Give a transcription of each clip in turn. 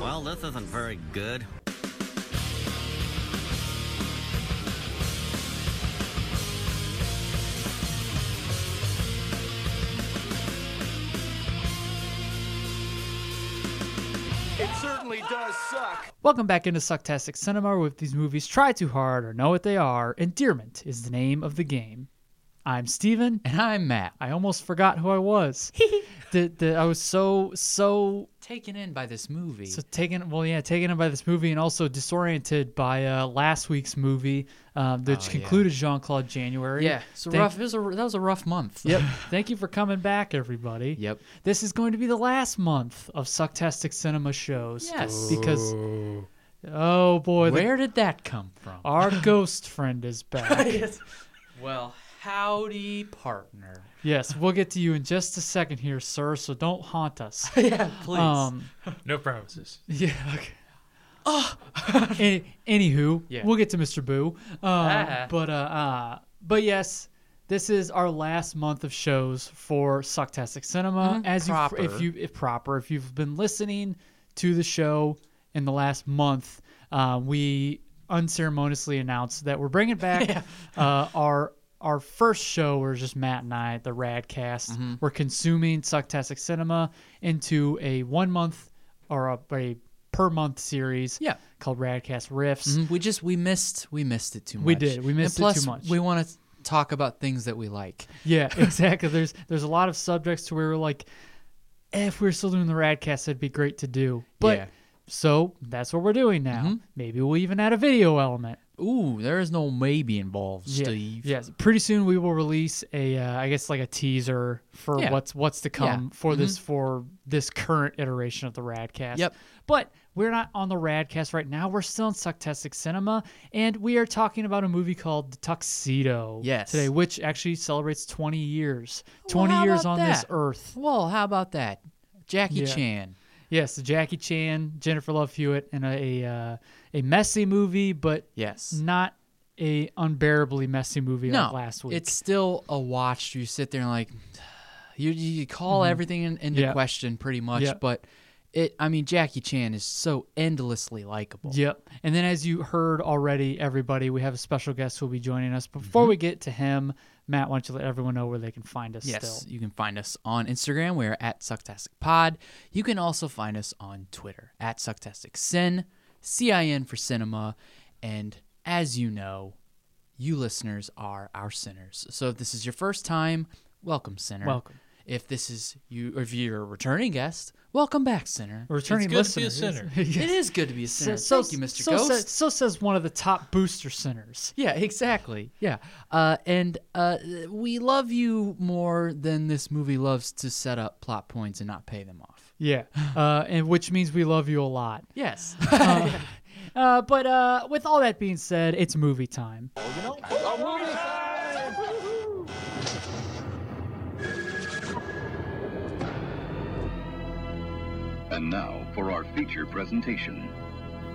Well, this isn't very good. It certainly does suck. Welcome back into Sucktastic Cinema, where these movies try too hard or know what they are. Endearment is the name of the game. I'm Steven. And I'm Matt. I almost forgot who I was. the, the, I was so, so, Taken in by this movie. so taken, well, yeah, taken in by this movie and also disoriented by uh, last week's movie, um, which Oh, yeah. concluded Jean Claude January. yeah, it's a Thank- rough. It was a, that was a rough month. Yep. Thank you for coming back, everybody. Yep. This is going to be the last month of Sucktastic Cinema shows. Yes. Because, oh boy, the- Where did that come from? Oh, our ghost friend is back. Well, howdy, partner. Yes, we'll get to you in just a second here, sir. So don't haunt us. yeah, please. Um, No promises. yeah. Okay. Oh. Any, anywho, Yeah. we'll get to Mr. Boo. Uh, Ah. But uh, uh, but yes, this is our last month of shows for Sucktastic Cinema. Mhm. As Proper. you, if you if proper, if you've been listening to the show in the last month, uh, we unceremoniously announced that we're bringing back uh, our our first show was just Matt and I, the Radcast. We're consuming Sucktastic Cinema into a one month or a, a per month series Yeah. called Radcast Riffs. Mhm, we just we missed we missed it too much. We did. We And missed it plus, too much. We want to talk about things that we like. Yeah, exactly. there's there's a lot of subjects to where we're like, eh, if we were still doing the Radcast, that'd be great to do. But Yeah. so that's what we're doing now. Maybe we'll even add a video element. Ooh, there is no maybe involved, Yeah, Steve. Yes. Pretty soon we will release a, uh, I guess like a teaser for Yeah. Mm-hmm. what's what's to come for this for this current iteration of the Radcast. Yep. But we're not on the Radcast right now. We're still in Sucktastic Cinema, and we are talking about a movie called The Tuxedo. Yes. Today, which actually celebrates 20 years. Well, 20 how years about on this that? earth. Well, how about that, Jackie Yeah. Chan? Yes. Jackie Chan, Jennifer Love Hewitt, and a a, uh, a messy movie, but Yes. not a unbearably messy movie like last week. It's still a watch. You sit there and like, you you call everything in, into Mm-hmm. Yeah. question pretty much. Yeah. But it, I mean, Jackie Chan is so endlessly likable. Yep. And then, as you heard already, everybody, we have a special guest who will be joining us. Before we get to him, Matt, why don't you let everyone know where they can find us Yes, still? you can find us on Instagram. We're at SucktasticPod. You can also find us on Twitter at SucktasticCin, C-I-N for cinema. And as you know, you listeners are our sinners. So if this is your first time, welcome, sinner. Welcome. If this is you, or if you're a returning guest, welcome back, sinner. A returning good to be a listener. sinner. It is good to be a sinner. Thank you, Mr. So, Ghost. says- so says one of the top booster centers. Yeah, exactly. Yeah. Uh, and uh, we love you more than this movie loves to set up plot points and not pay them off. Yeah. Uh, and which means we love you a lot. Yes. Uh, but uh, with all that being said, it's movie time. And now for our feature presentation.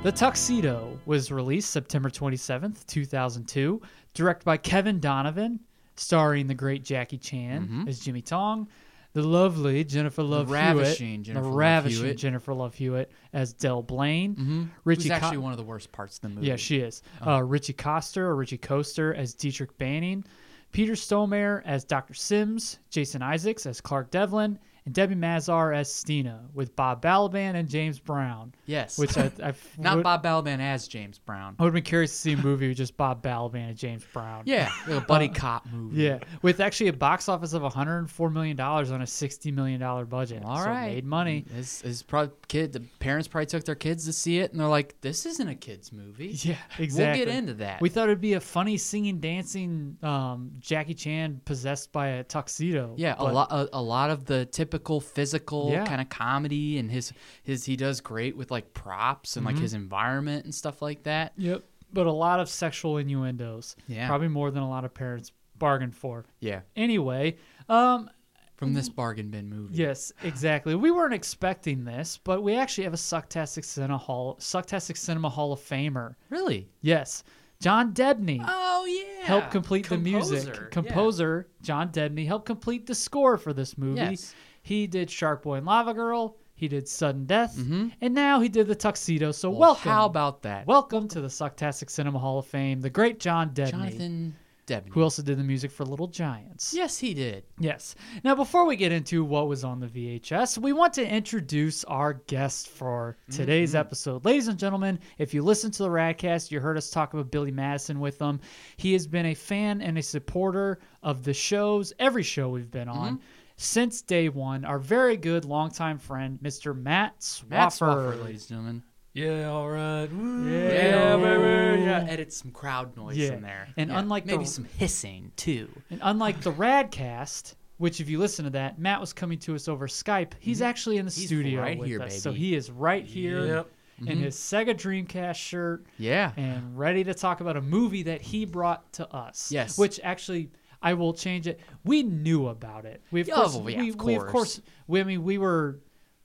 The Tuxedo was released September 27th, 2002, directed by Kevin Donovan, starring the great Jackie Chan Mm-hmm. as Jimmy Tong, the lovely Jennifer Love ravishing Hewitt, Jennifer the Love ravishing Hewitt. Jennifer Love Hewitt as Del Blaine, Richie Which is actually Co- one of the worst parts of the Uh-huh. movie. yeah, she is. Uh, Richie Coster or Richie Coaster as Dietrich Banning, Peter Stolmare as Dr. Sims, Jason Isaacs as Clark Devlin, and Debbie Mazar as Stina, with Bob Balaban and James Brown. Yes. Which I, I not would- Oh, Bob Balaban as James Brown. I would have been curious to see a movie with just Bob Balaban and James Brown. Yeah, like a buddy cop movie. Uh, Yeah, with actually a box office of 104 million dollars on a 60 million dollar budget. All so right. made money. Mm, His, his probably kid. The parents probably took their kids to see it, and they're like, "This isn't a kids movie." Yeah, exactly. We'll get into that. We thought it'd be a funny singing, dancing um, Jackie Chan possessed by a tuxedo. Yeah, a but- lot, a, a lot of the typical physical Yeah. kind of comedy, and his his he does great with like props and Mm-hmm. like his environment and stuff like that. Yep, but a lot of sexual innuendos. Yeah. probably more than a lot of parents bargained for. Yeah, Anyway, um, from this bargain bin movie. yes, exactly. We weren't expecting this, but we actually have a Sucktastic Cinema Hall, Sucktastic Cinema Hall of Famer. really. Yes. John Debney Oh yeah, helped complete the Composer, music. yeah. Composer John Debney helped complete the score for this movie. Yes. He did Shark Boy and Lava Girl. He did Sudden Death, and now he did the Tuxedo. So Mm-hmm. Well, welcome, how about that? welcome to the Sucktastic Cinema Hall of Fame, the great John Debney, Jonathan Debney. who also did the music for Little Giants. Yes, he did. Yes. Now, before we get into what was on the VHS, we want to introduce our guest for today's Mm-hmm. episode. Ladies and gentlemen, if you listen to the Radcast, you heard us talk about Billy Madison with them. He has been a fan and a supporter of the shows, every show we've been on. Mm-hmm. Since day one, our very good longtime friend, Mr. Matt Swaffer. Matt Swafford, ladies and gentlemen. Yeah, all right. Woo. Yeah, baby. Yeah, edit some crowd noise Yeah. in there. And Yeah, unlike the- maybe some hissing too. And unlike the Radcast, which if you listen to that, Matt was coming to us over Skype. He's actually in the Mm-hmm. He's studio right with here, us, so baby. Mm-hmm. he is right here Yep. in his Sega Dreamcast shirt Yeah. and ready to talk about a movie that he brought to us. Yes. which actually. I will change it. We knew about it. We of Yeah, course, Oh, well, yeah, we, of we of course. course, we, I mean, we were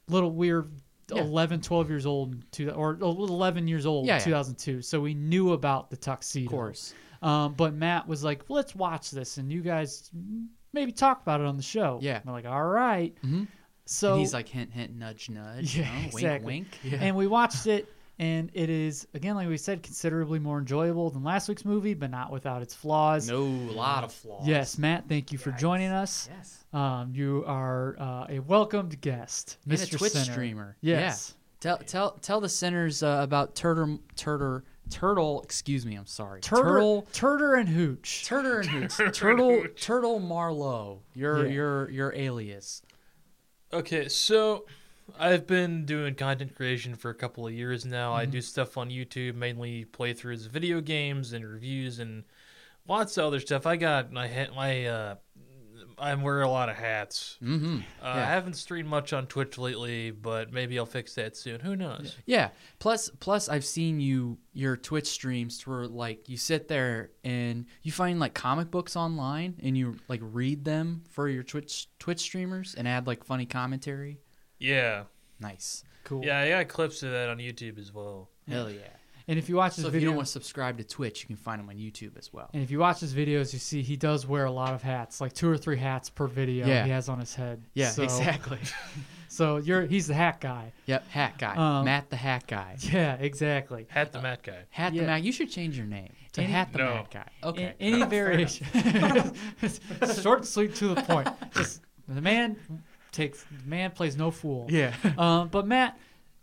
little. We were Yeah. 11, 12 years old, in two, or 11 years old, Yeah, in yeah. 2002. So we knew about the tuxedo. Of course. Um, but Matt was like, let's watch this and you guys maybe talk about it on the show. Yeah. Mm-hmm. And we're like, all right. So and he's like hint, hint, nudge, nudge. yeah, you know, exactly. Wink, wink. And we watched it, and it is, again, like we said, considerably more enjoyable than last week's movie, but not without its flaws. No, a lot of flaws. Yes, Matt, thank you for joining us. Yes. Um, you are uh, a welcomed guest, And Mr. a Twitch Sinner. streamer. Yes. Yeah. Tell tell tell the sinners uh, about turtle turtle turtle. Excuse me. I'm sorry. Turtle, Turtle and Hooch. Turtle and Hoots. Turtle Turtle Marlowe. Your Yeah. your your alias. Okay, so I've been doing content creation for a couple of years now. I do stuff on YouTube, mainly playthroughs of video games and reviews and lots of other stuff. I got my ha- my uh I wear a lot of hats. Mm-hmm. Uh, I haven't streamed much on Twitch lately, but maybe I'll fix that soon. Who knows? Yeah. Plus, plus, I've seen you your Twitch streams to where like you sit there and you find like comic books online and you like read them for your Twitch Twitch streamers and add like funny commentary. Yeah. Nice. Cool. Yeah, I got clips of that on YouTube as well. Hell yeah. And if you watch this So if you video, don't want to subscribe to Twitch, you can find them on YouTube as well. and if you watch his videos, you see he does wear a lot of hats, like two or three hats per video Yeah. he has on his head. Yeah, So- exactly. So you're he's the hat guy. yep, hat guy. Um, Matt the hat guy. Yeah, exactly. Hat the Matt guy. Hat yeah. the Matt. You should change your name to Any- Hat the No. Matt guy. Okay. A- any variation. Short and sweet to the point. Just the man takes the man plays no fool. yeah. Um, but Matt,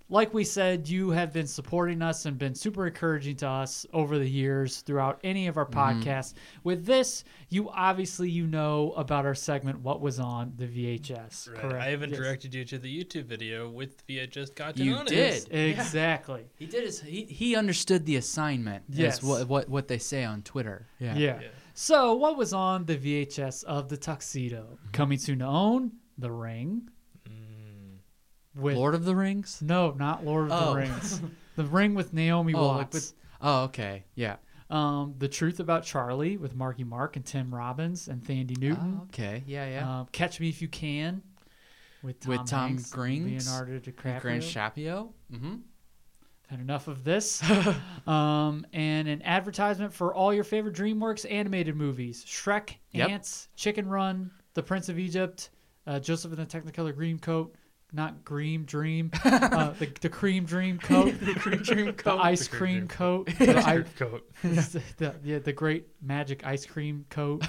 like we said, you have been supporting us and been super encouraging to us over the years throughout any of our Mm-hmm. podcasts. With this, you obviously you know about our segment "What Was on the VHS." Right. Correct. I even Yes. directed you to the YouTube video with VHS content You on it. did. Exactly. He did his. He, he understood the assignment. Yes. Yes. What, what what they say on Twitter. Yeah. Yeah. Yeah. So, what was on the VHS of the tuxedo? Mm-hmm. Coming soon to own The Ring. Mm. With Lord of the Rings. no, not Lord of Oh. the Rings. the Ring with Naomi Oh, like Watts. with- oh, okay. Yeah. um, the Truth About Charlie with Marky Mark and Tim Robbins and Thandi Newton. Ah, Okay. Yeah. Oh, Yeah. um, Catch Me If You Can with Tom, With Tom Hanks, Grings, Leonardo DiCaprio. Grand Shapio. Mm-hmm. Had enough of this. um, and an advertisement for all your favorite DreamWorks animated movies Shrek, Yep. Ants, Chicken Run, The Prince of Egypt, uh, Joseph in the Technicolor Dreamcoat. Not Green Dream, uh, the, the Cream Dream Coat, the Cream Dream Coat, the Ice The Cream cream dream Coat, the, I, Coat. the, yeah, the Great Magic Ice Cream Coat,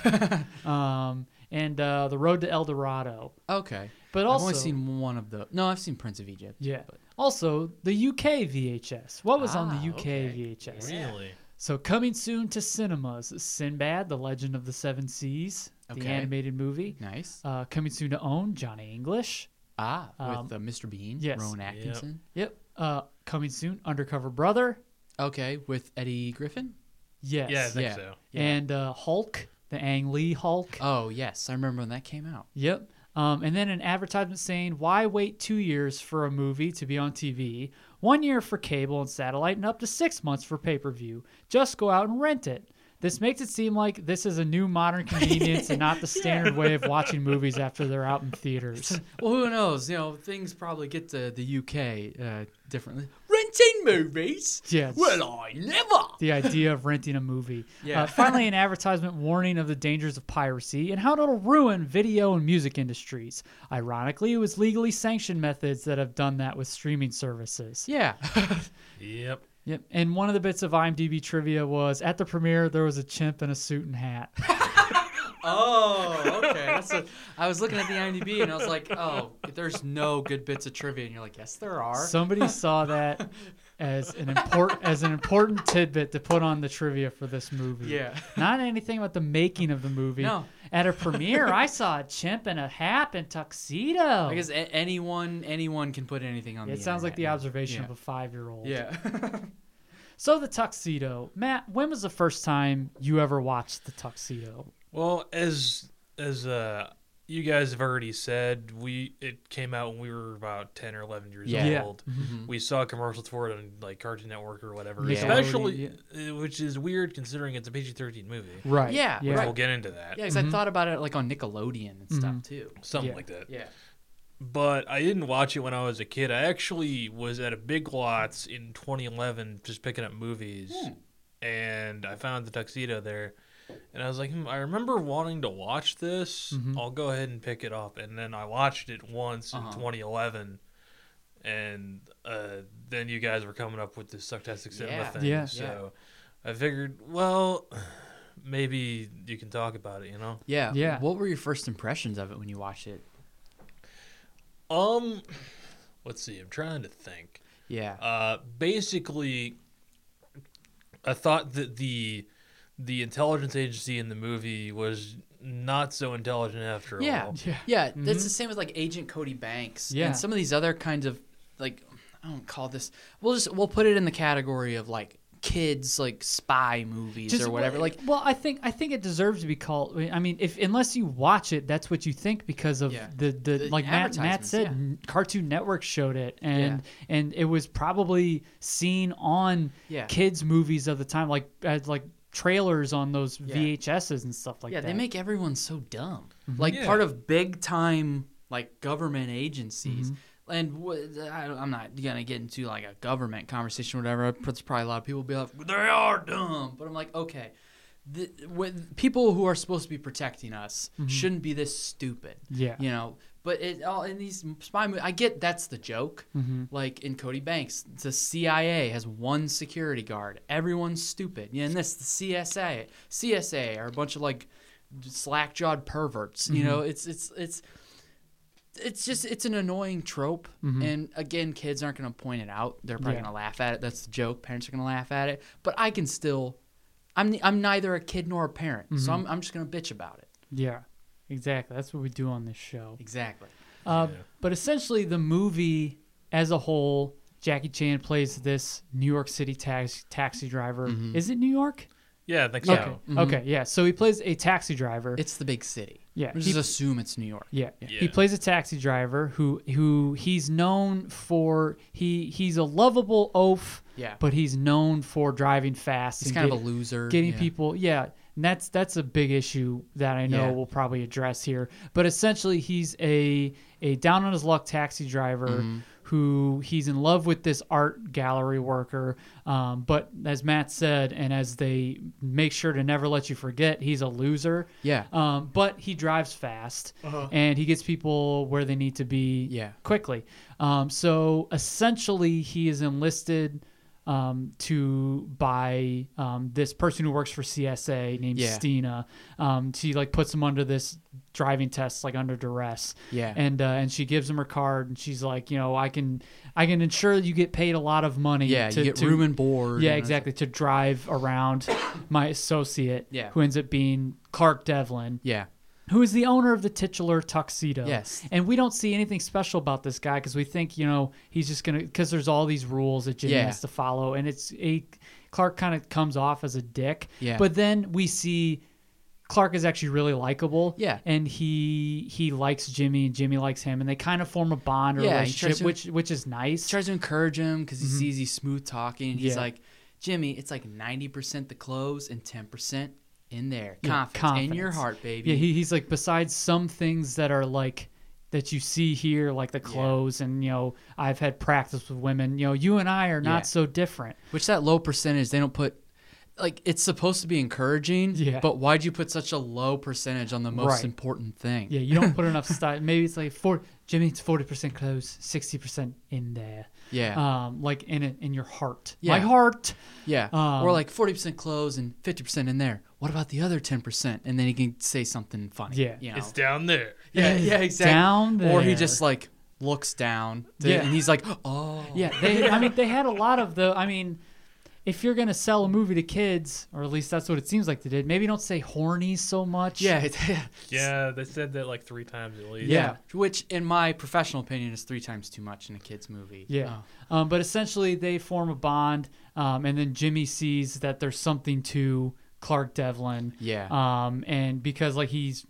um, and uh, the Road to El Dorado. Okay. But I've also, only seen one of the. No, I've seen Prince of Egypt. yeah, also the UK VHS. What was on Ah, the UK okay. VHS? Really? So coming soon to cinemas, Sinbad, The Legend of the Seven Seas, the Okay. animated movie. Nice. Uh, coming soon to own, Johnny English. Ah, um, with uh, Mr. Bean. yes. Rowan Yep. Atkinson. Yep. Uh, coming soon, Undercover Brother. Okay, with Eddie Griffin. Yes. Yeah, I think Yeah. so. And uh, Hulk, the Ang Lee Hulk. Oh yes, I remember when that came out. Yep. Um, and then an advertisement saying, why wait two years for a movie to be on TV, one year for cable and satellite, and up to six months for pay per view? Just go out and rent it. This makes it seem like this is a new modern convenience and not the standard way of watching movies after they're out in theaters. Well, who knows? You know, things probably get to the UK uh, differently. Rent renting movies? Yes. Well, I never. the idea of renting a movie. Yeah. Uh, finally, an advertisement warning of the dangers of piracy and how it'll ruin video and music industries. Ironically, it was legally sanctioned methods that have done that with streaming services. Yeah. Yep. Yep. And one of the bits of IMDb trivia was at the premiere, there was a chimp in a suit and hat. Oh, okay. That's a, I was looking at the IMDb and I was like, oh, there's no good bits of trivia. And you're like, yes, there are. Somebody saw that as an important as an important tidbit to put on the trivia for this movie. Yeah. Not anything about the making of the movie. No. At a premiere, I saw a chimp in a hat and tuxedo. I guess a- anyone anyone can put anything on. It the sounds like the internet observation Yeah. of a five year old. now. Yeah. So the tuxedo. Matt, when was the first time you ever watched the tuxedo? Well, as as uh, you guys have already said, we it came out when we were about ten or eleven years Yeah. Yeah. old. We saw commercials for it on like Cartoon Network or whatever, Nickelodeon, especially uh, which is weird considering it's a PG thirteen movie. Right. Yeah, Yeah. right. We'll get into that, Yeah, because I thought about it like on Nickelodeon and stuff too. something Yeah. like that. Yeah. But I didn't watch it when I was a kid. I actually was at a Big Lots in 2011, just picking up movies, Hmm. and I found the tuxedo there. And I was like, hmm, I remember wanting to watch this. Mm-hmm. I'll go ahead and pick it up. And then I watched it once Uh-huh. in 2011. And uh, then you guys were coming up with this Sucktastic Cinema Yeah. thing. Yeah. So I figured, well, maybe you can talk about it, you know? Yeah. Yeah. What were your first impressions of it when you watched it? Um, let's see. I'm trying to think. Yeah. Uh, basically, I thought that the the intelligence agency in the movie was not so intelligent after yeah. all. Yeah. That's the same with like Agent Cody Banks. Yeah. And some of these other kinds of like I don't call this. We'll just we'll put it in the category of like kids like spy movies or whatever. well, Like well, I think I think it deserves to be called. I mean, if unless you watch it, that's what you think because of Yeah. the, the The like Matt, Matt advertisements, said, yeah. n- Cartoon Network showed it, and and it was probably seen on Yeah. kids movies of the time, like as like trailers on those VHSs and stuff like yeah, that. Mm-hmm. they make everyone so dumb. Like part of big time like government agencies. Mm-hmm. And wh- I don't- I'm not gonna get into like a government conversation, or whatever. There's probably a lot of people be like, they are dumb, but I'm like, okay, the, with, people who are supposed to be protecting us Mm-hmm. shouldn't be this stupid. Yeah. you know. But it all in these spy movies, I get that's the joke. Mm-hmm. Like in Cody Banks, the CIA has one security guard. Everyone's stupid. Yeah, and this the CSA, CSA are a bunch of like slack jawed perverts. You Mm-hmm. know, it's it's it's it's just it's an annoying trope and again kids aren't going to point it out they're Mm-hmm. probably Yeah. going to laugh at it that's the joke parents are going to laugh at it but i can still i'm ni- i'm neither a kid nor a parent so Mm-hmm. i'm, I'm just going to bitch about it yeah, exactly. That's what we do on this show. exactly Uh, But essentially, the movie as a whole, Jackie Chan plays this New York City tax, taxi driver. Mm-hmm. Is it New York? Yeah, I think so. Okay. Okay. Yeah. So he plays a taxi driver. it's the big city Yeah, we he- just assume it's new york yeah. He Yeah. plays a taxi driver who who he's known for he he's a lovable oaf. Yeah. But he's known for driving fast. He's and kind of a loser, Getting yeah. people. Yeah. And that's that's a big issue that I know Yeah. we'll probably address here. But essentially, he's a a down on his luck taxi driver. Mm-hmm. Who he's in love with this art gallery worker, um, but as Matt said, and as they make sure to never let you forget, he's a loser. Yeah. Um, but he drives fast and he gets people where they need to be Yeah. quickly. Um, so essentially, he is enlisted um, to by um, this person who works for CSA named Yeah. Stina. Um, she like puts him under this driving test, like under duress. Yeah. And uh, and she gives him her card and she's like, you know, I can I can ensure you get paid a lot of money. Yeah, you get room and board Yeah, and- exactly. To drive around my associate, Yeah. who ends up being Clark Devlin yeah who is the owner of the titular tuxedo. Yes. And we don't see anything special about this guy because we think, you know, he's just going to, because there's all these rules that Jimmy Yeah. has to follow. And it's a, Clark kind of comes off as a dick. Yeah. But then we see Clark is actually really likable. Yeah. And he, he likes Jimmy and Jimmy likes him and they kind of form a bond or Yeah, he relationship, tries to- which, which is nice. tries to encourage him because he sees he's smooth talking he's Mm-hmm. Yeah. like jimmy it's like 90% the clothes and 10% in there Yeah, confidence, in your confidence. heart baby Yeah, he, he's like, besides some things that are like that you see here, like the clothes, and you know, I've had practice with women. You know, you and I are not Yeah. so different. Which that low percentage they don't put like it's supposed to be encouraging, Yeah. but why'd you put such a low percentage on the most Right. important thing? Yeah, you don't put enough style. Maybe it's like four. Jimmy, it's forty percent clothes, sixty percent in there. Yeah. Um, like in it, in your heart. My Yeah. heart. yeah. um, or like 40% clothes and 50% in there. What about the other 10%? And then he can say something funny. Yeah. You know? It's down there. yeah, It's yeah, exactly. down Or he there. just like looks down Yeah. yeah. and he's like, "Oh." Yeah, they, I mean, they had a lot of the. I mean, if you're gonna sell a movie to kids, or at least that's what it seems like they did. Maybe don't say horny so much. Yeah, it- Yeah, they said that like three times at least. yeah. Which, in my professional opinion, is three times too much in a kid's movie. Yeah. Oh. Um, but essentially, they form a bond, um, and then Jimmy sees that there's something to Clark Devlin. Yeah. Um, and because like he's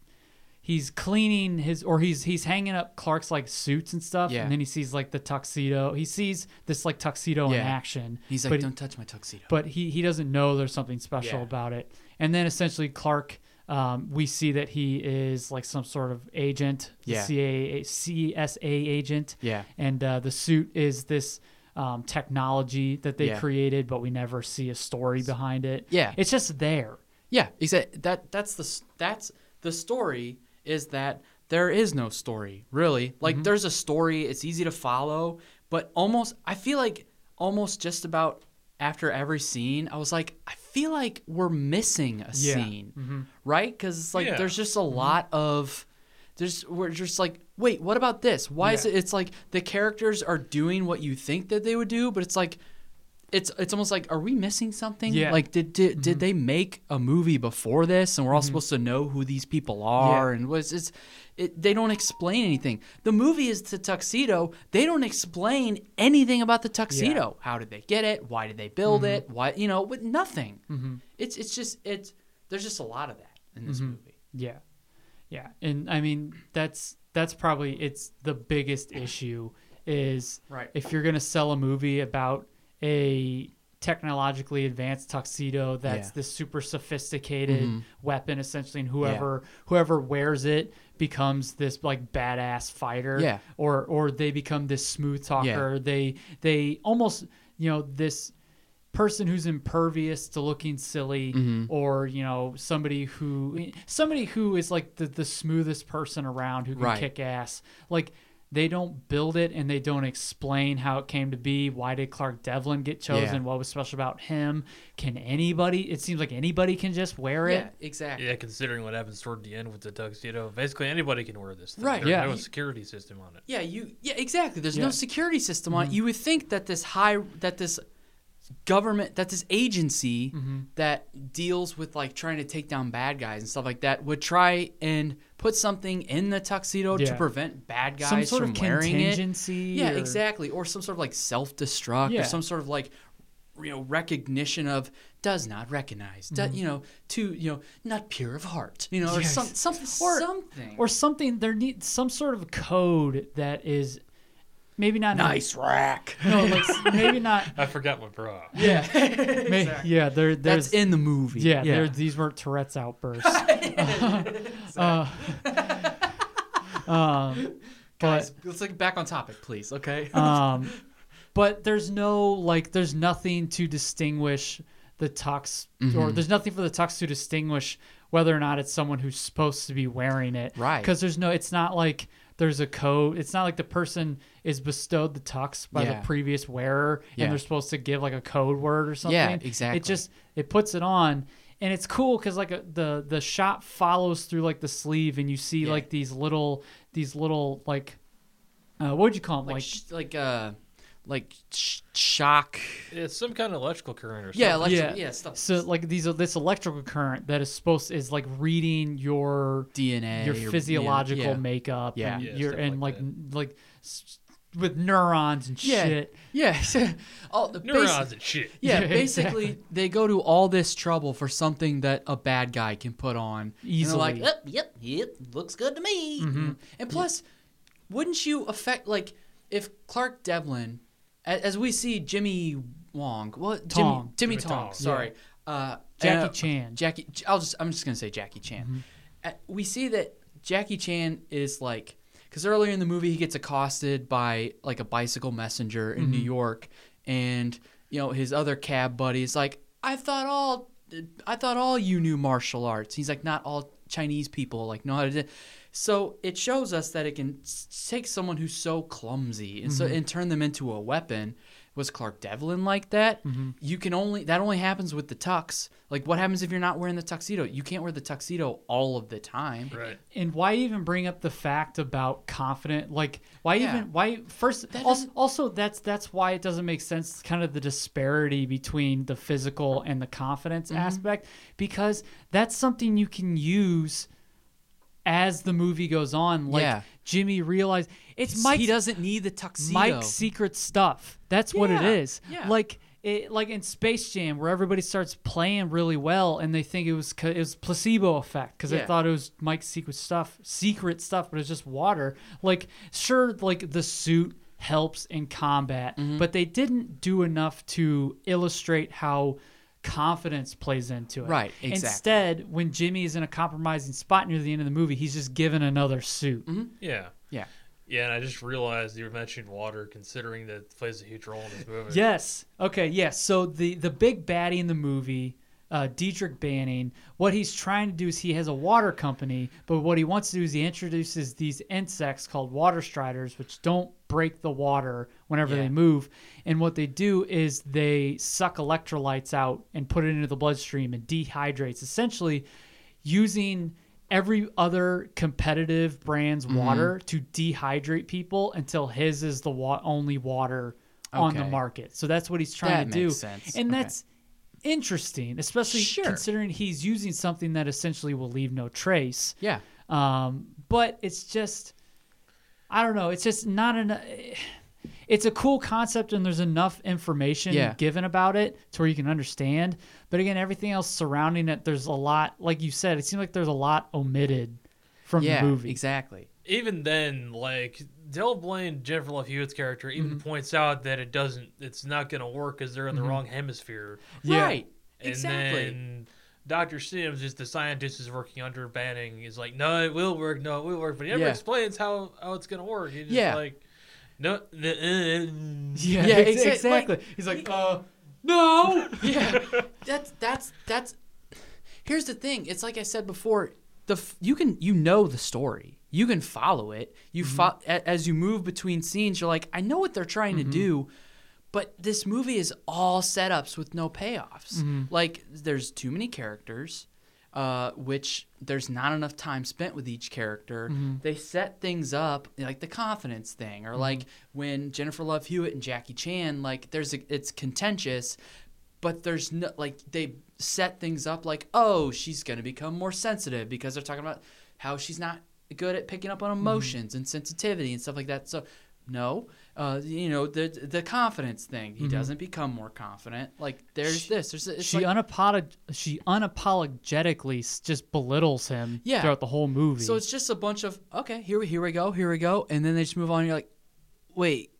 he's cleaning his or he's he's hanging up Clark's like suits and stuff, Yeah. and then he sees like the tuxedo. He sees this like tuxedo in Yeah. action. He's like, but he- "Don't touch my tuxedo." but he he doesn't know there's something special Yeah. about it. And then essentially Clark, um, we see that he is like some sort of agent, the Yeah. CA, CSA agent. Yeah. And uh, the suit is this um, technology that they Yeah. created, but we never see a story behind it. Yeah. It's just there. Yeah, exactly. That that's the s- that's the story is that there is no story really. Like Mm-hmm. there's a story. It's easy to follow, but almost I feel like almost just about after every scene, I was like, I feel like we're missing a Yeah. Mm-hmm. scene, right? Because it's like Yeah. there's just a lot of there's we're just like wait what about this why is Yeah. it it's like the characters are doing what you think that they would do but it's like it's it's almost like are we missing something Yeah. like did did, did they make a movie before this and we're all supposed to know who these people are and was it's it, they don't explain anything the movie is the tuxedo they don't explain anything about the tuxedo how did they get it why did they build it why you know with nothing it's it's just it's there's just a lot of that in this movie Yeah. Yeah. And I mean, that's that's probably it's the biggest issue is Right. if you're going to sell a movie about a technologically advanced tuxedo that's Yeah. Mm-hmm. this super sophisticated weapon essentially and whoever whoever wears it becomes this like badass fighter Yeah. or or they become this smooth talker they they almost you know this person who's impervious to looking silly Mm-hmm. or you know somebody who somebody who is like the, the smoothest person around who can Right. kick ass like they don't build it and they don't explain how it came to be why did clark devlin get chosen Yeah. what was special about him can anybody it seems like anybody can just wear it yeah exactly Yeah, considering what happens toward the end with the tuxedo, basically anybody can wear this. Thing. Right, There's yeah. no security system on it. Yeah, you. Yeah, exactly. There's Yeah. Mm-hmm. no security system on it. You would think that this high, that this government, that this agency Mm-hmm. that deals with like trying to take down bad guys and stuff like that would try and put something in the tuxedo Yeah. to prevent bad guys some sort from of wearing it. contingency Yeah, or- exactly. Or some sort of like self-destruct Yeah. or some sort of like you know recognition of does not recognize do- Mm-hmm. you know to you know not pure of heart you know or Yes. some, some, Or- something or something there needs some sort of code that is maybe not nice rack no like maybe not I forgot my bra. May- Yeah, there, there's. that's in the movie yeah, There, these weren't Tourette's outbursts. Uh, um, but Guys, let's look back on topic, please. Okay. um, but there's no like, there's nothing to distinguish the tux, Mm-hmm. or there's nothing for the tux to distinguish whether or not it's someone who's supposed to be wearing it, Right. Because there's no, it's not like there's a code. It's not like the person is bestowed the tux by Yeah. the previous wearer, Yeah. and they're supposed to give like a code word or something. Yeah, It exactly. just it puts it on and it's cool because like a, the the shot follows through like the sleeve and you see Yeah. like these little these little like uh, what would you call them like, like, sh- like, uh, like sh- shock. It's some kind of electrical current or something. Yeah, electric, yeah yeah. stuff. so like these are this electrical current that is supposed is like reading your DNA, your or- yeah, physiological yeah. makeup Yeah. and Yeah, your stuff and like like n- like s- with neurons and Yeah, shit yeah. all the basi- Neurons and shit. yeah, Yeah, basically they go to all this trouble for something that a bad guy can put on And Easily. they're like, yep, yep, yep, looks good to me. And plus, wouldn't you affect like if Clark Devlin, a- as we see Jimmy Wong, what Tong. Jimmy, Jimmy, Jimmy Tong, Tong, sorry, uh, Jackie uh, Chan. Mm-hmm. Jackie, I'll just I'm just gonna say Jackie Chan. Uh, we see that Jackie Chan is like Because earlier in the movie, he gets accosted by like a bicycle messenger in New Mm-hmm. York, and you know his other cab buddies like, I thought all, I thought all you knew martial arts. He's like, not all Chinese people like know how to. do So it shows us that it can s- take someone who's so clumsy and so Mm-hmm. and turn them into a weapon. Was Clark Devlin like that? You can only that only happens with the tux. Like, what happens if you're not wearing the tuxedo? You can't wear the tuxedo all of the time. Right. and why even bring up the fact about confident like why Yeah. even why first That also, doesn't- also that's that's why it doesn't make sense kind of the disparity between the physical and the confidence Mm-hmm. aspect because that's something you can use as the movie goes on like Yeah. jimmy realized it's Mike mike's, he doesn't need the tuxedo. mike's secret stuff that's what it Yeah, is yeah. like it, like in Space Jam, where everybody starts playing really well, and they think it was co- it was placebo effect because Yeah. they thought it was Mike's secret stuff, secret stuff, but it's just water. Like sure, like the suit helps in combat, Mm-hmm. but they didn't do enough to illustrate how confidence plays into it. Right, exactly. Instead, when Jimmy is in a compromising spot near the end of the movie, he's just given another suit. Yeah. Yeah. Yeah, and I just realized you were mentioning water, considering that it plays a huge role in this movie. Yes. Okay. Yes. So the the big baddie in the movie, uh, Dietrich Banning, what he's trying to do is he has a water company, but what he wants to do is he introduces these insects called water striders, which don't break the water whenever Yeah. they move, and what they do is they suck electrolytes out and put it into the bloodstream and dehydrates essentially using every other competitive brand's water to dehydrate people until his is the wa- only water on the Okay. market. So that's what he's trying That to do. makes sense. And Okay. that's interesting, especially Sure. considering he's using something that essentially will leave no trace. Yeah. Um, but it's just, I don't know. It's just not an. It's a cool concept, and there's enough information Yeah. given about it to where you can understand. But again, everything else surrounding it, there's a lot. Like you said, it seemed like there's a lot omitted from Yeah. the movie. Exactly. Even then, like Del Blaine, Jennifer Love Hewitt's character, even Mm-hmm. points out that it doesn't, it's not going to work because they're in the wrong hemisphere. Yeah. Right. And Mm-hmm. exactly. then Dr. Sims is the scientist is working under Banning. Is like, no, it will work. No, it will work. But he never Yeah. explains how, how it's going to work. He's just Yeah. like, no. The, uh, Yeah, Yeah, ex- exa- exactly. like- he's like, uh, no. yeah. That's that's that's. Here's the thing. It's like I said before. The f- you can you know the story. You can follow it. You fo- a- as you move between scenes, you're like, I know what they're trying to do, but this movie is all setups with no payoffs. Like there's too many characters. Uh, which there's not enough time spent with each character. They set things up like the confidence thing, or like when Jennifer Love Hewitt and Jackie Chan, like there's a, it's contentious, but there's no like they set things up like oh she's going to become more sensitive because they're talking about how she's not good at picking up on emotions and sensitivity and stuff like that so no uh, you know the the confidence thing he doesn't become more confident like there's this there's it's she like, unapolog- she unapologetically s- just belittles him Yeah. throughout the whole movie. so it's just a bunch of okay here we here we go here we go and then they just move on and you're like wait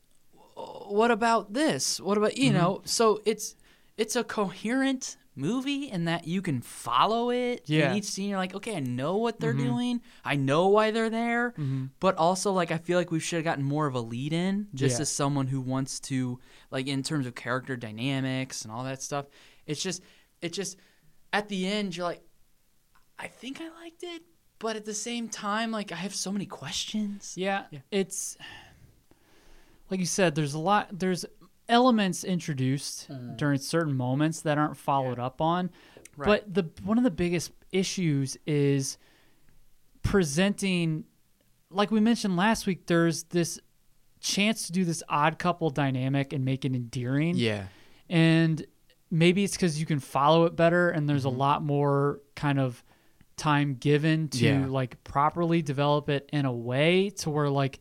what about this? What about Mm-hmm. you know? So it's it's a coherent movie in that you can follow it. In Yeah. Mm-hmm. each scene, you're like, okay, I know what they're doing. I know why they're there. But also, like, I feel like we should have gotten more of a lead in, just Yeah. as someone who wants to, like, in terms of character dynamics and all that stuff. It's just, it just, at the end, you're like, I think I liked it, but at the same time, like, I have so many questions. yeah, it's like you said. There's a lot. There's elements introduced during certain moments that aren't followed up on. Mm. Right. But the one of the biggest issues is presenting, like we mentioned last week. There's this chance to do this odd couple dynamic and make it endearing. and maybe it's because you can follow it better and there's Mm-hmm. a lot more kind of time given to Yeah. like properly develop it in a way to where like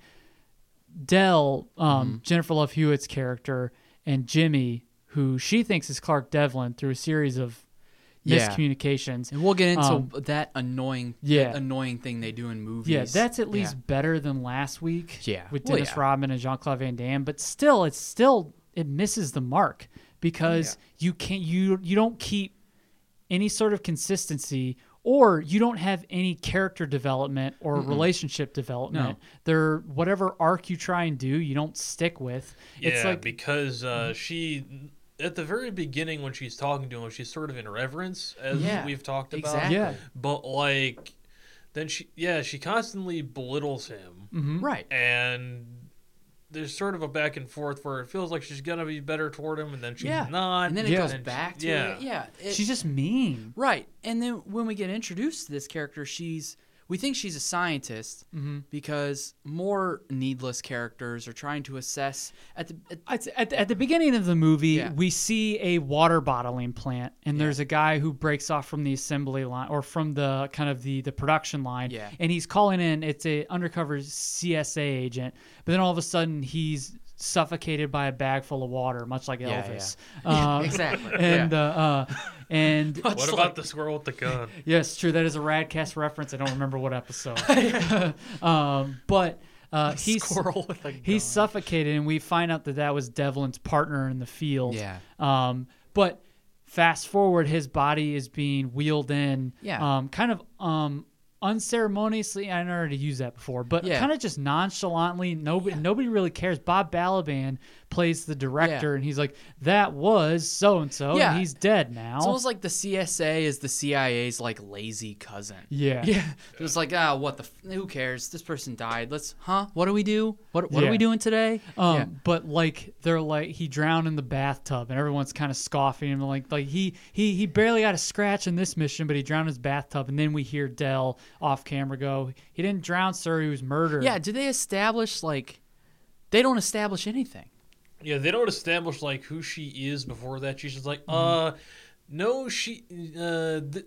Dell, um, Mm-hmm. Jennifer Love Hewitt's character, and Jimmy, who she thinks is Clark Devlin, through a series of Yeah. miscommunications. And we'll get into Um, that annoying, yeah. that annoying thing they do in movies. Yeah, that's at least Yeah. better than last week. Yeah. With Well, Dennis yeah. Rodman and Jean Claude Van Damme, but still, it's still it misses the mark because you can't you you don't keep any sort of consistency or you don't have any character development or relationship development. They're whatever arc you try and do, you don't stick with. it's yeah, like because Mm-hmm. uh, she at the very beginning when she's talking to him, she's sort of in reverence, as Yeah, we've talked about. exactly. Yeah. But like, then she yeah she constantly belittles him, Right. and there's sort of a back and forth where it feels like she's gonna be better toward him, and then she's yeah. not. And then it Yeah. goes and she- back to yeah. it. Yeah. It- she's just mean. Right. And then when we get introduced to this character, she's we think she's a scientist Mm-hmm. because more needless characters are trying to assess at the at, It's- At the, at the beginning of the movie, Yeah. we see a water bottling plant, and there's a guy who breaks off from the assembly line or from the kind of the, the production line, Yeah. and he's calling in. It's a undercover CSA agent, but then all of a sudden he's suffocated by a bag full of water, much like Yeah, Elvis. Uh, exactly. And yeah. uh, uh, and What about the squirrel with the gun? Yes, true. That is a Radcast reference. I don't remember what episode. um, but uh, he's squirrel with a he's suffocated, and we find out that that was Devlin's partner in the field. Yeah. Um, but fast forward, his body is being wheeled in. Yeah. Um, kind of um, unceremoniously. I never to use that before, but Yeah. kind of just nonchalantly. Nobody nobody really cares. Bob Balaban plays the director, and he's like, "That was so and so, Yeah. and he's dead now." it's almost like the CSA is the CIA's like lazy cousin. yeah. Yeah. It was like, ah, what the f- who cares? This person died. Let's huh? What do we do? What what Yeah. are we doing today? Um, but like they're like he drowned in the bathtub, and everyone's kind of scoffing him. Like like he he he barely got a scratch in this mission, but he drowned in his bathtub. And then we hear Dell off camera go, "He didn't drown, sir. He was murdered." yeah, do they establish like they don't establish anything. Yeah, they don't establish like who she is before that. She's just like, uh, no, she, uh, the,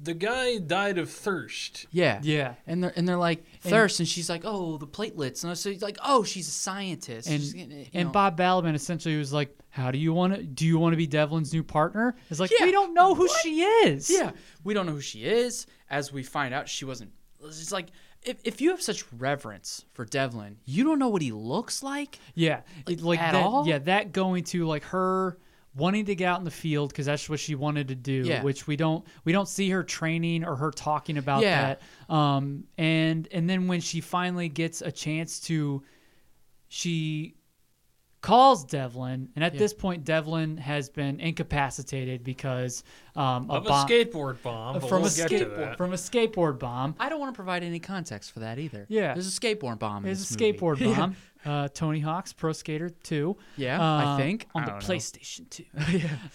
the guy died of thirst. Yeah. Yeah. And they're and they're like thirst, and, she's like, oh, the platelets, and so he's like, oh, she's a scientist. And She's gonna- you and know. Bob Balaban essentially was like, "How do you want to? Do you want to be Devlin's new partner?" It's like Yeah. we don't know who she is. yeah, we don't know who she is. As we find out, she wasn't. It's like if if you have such reverence for Devlin, you don't know what he looks like. Yeah, Like, it- like at that, all? Yeah, that going to like her wanting to get out in the field because that's what she wanted to do. Yeah. Which we don't we don't see her training or her talking about Yeah. that. Um, and and then when she finally gets a chance to, she calls Devlin, and at this point Devlin has been incapacitated because um, a Of a bomb- skateboard bomb. But from we'll a get to skateboard that. from a skateboard bomb. I don't want to provide any context for that either. Yeah. there's a skateboard bomb. in There's this a movie. skateboard bomb. Uh, Tony Hawk's Pro Skater 2. Yeah, I uh, think. on I the don't know. PlayStation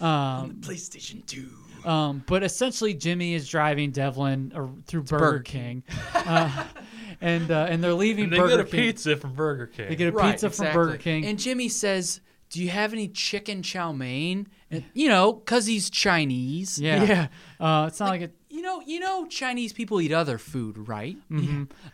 Um, 2. on the PlayStation Two. Um, but essentially, Jimmy is driving Devlin uh, through Burger, Burger King, uh, and uh, and they're leaving And they Burger get a King. pizza from Burger King. They get a pizza from Burger King. And Jimmy says, "Do you have any chicken chow mein?" And, you know, cause he's Chinese. yeah, Uh, it's not like, it. You know, you know, Chinese people eat other food, right?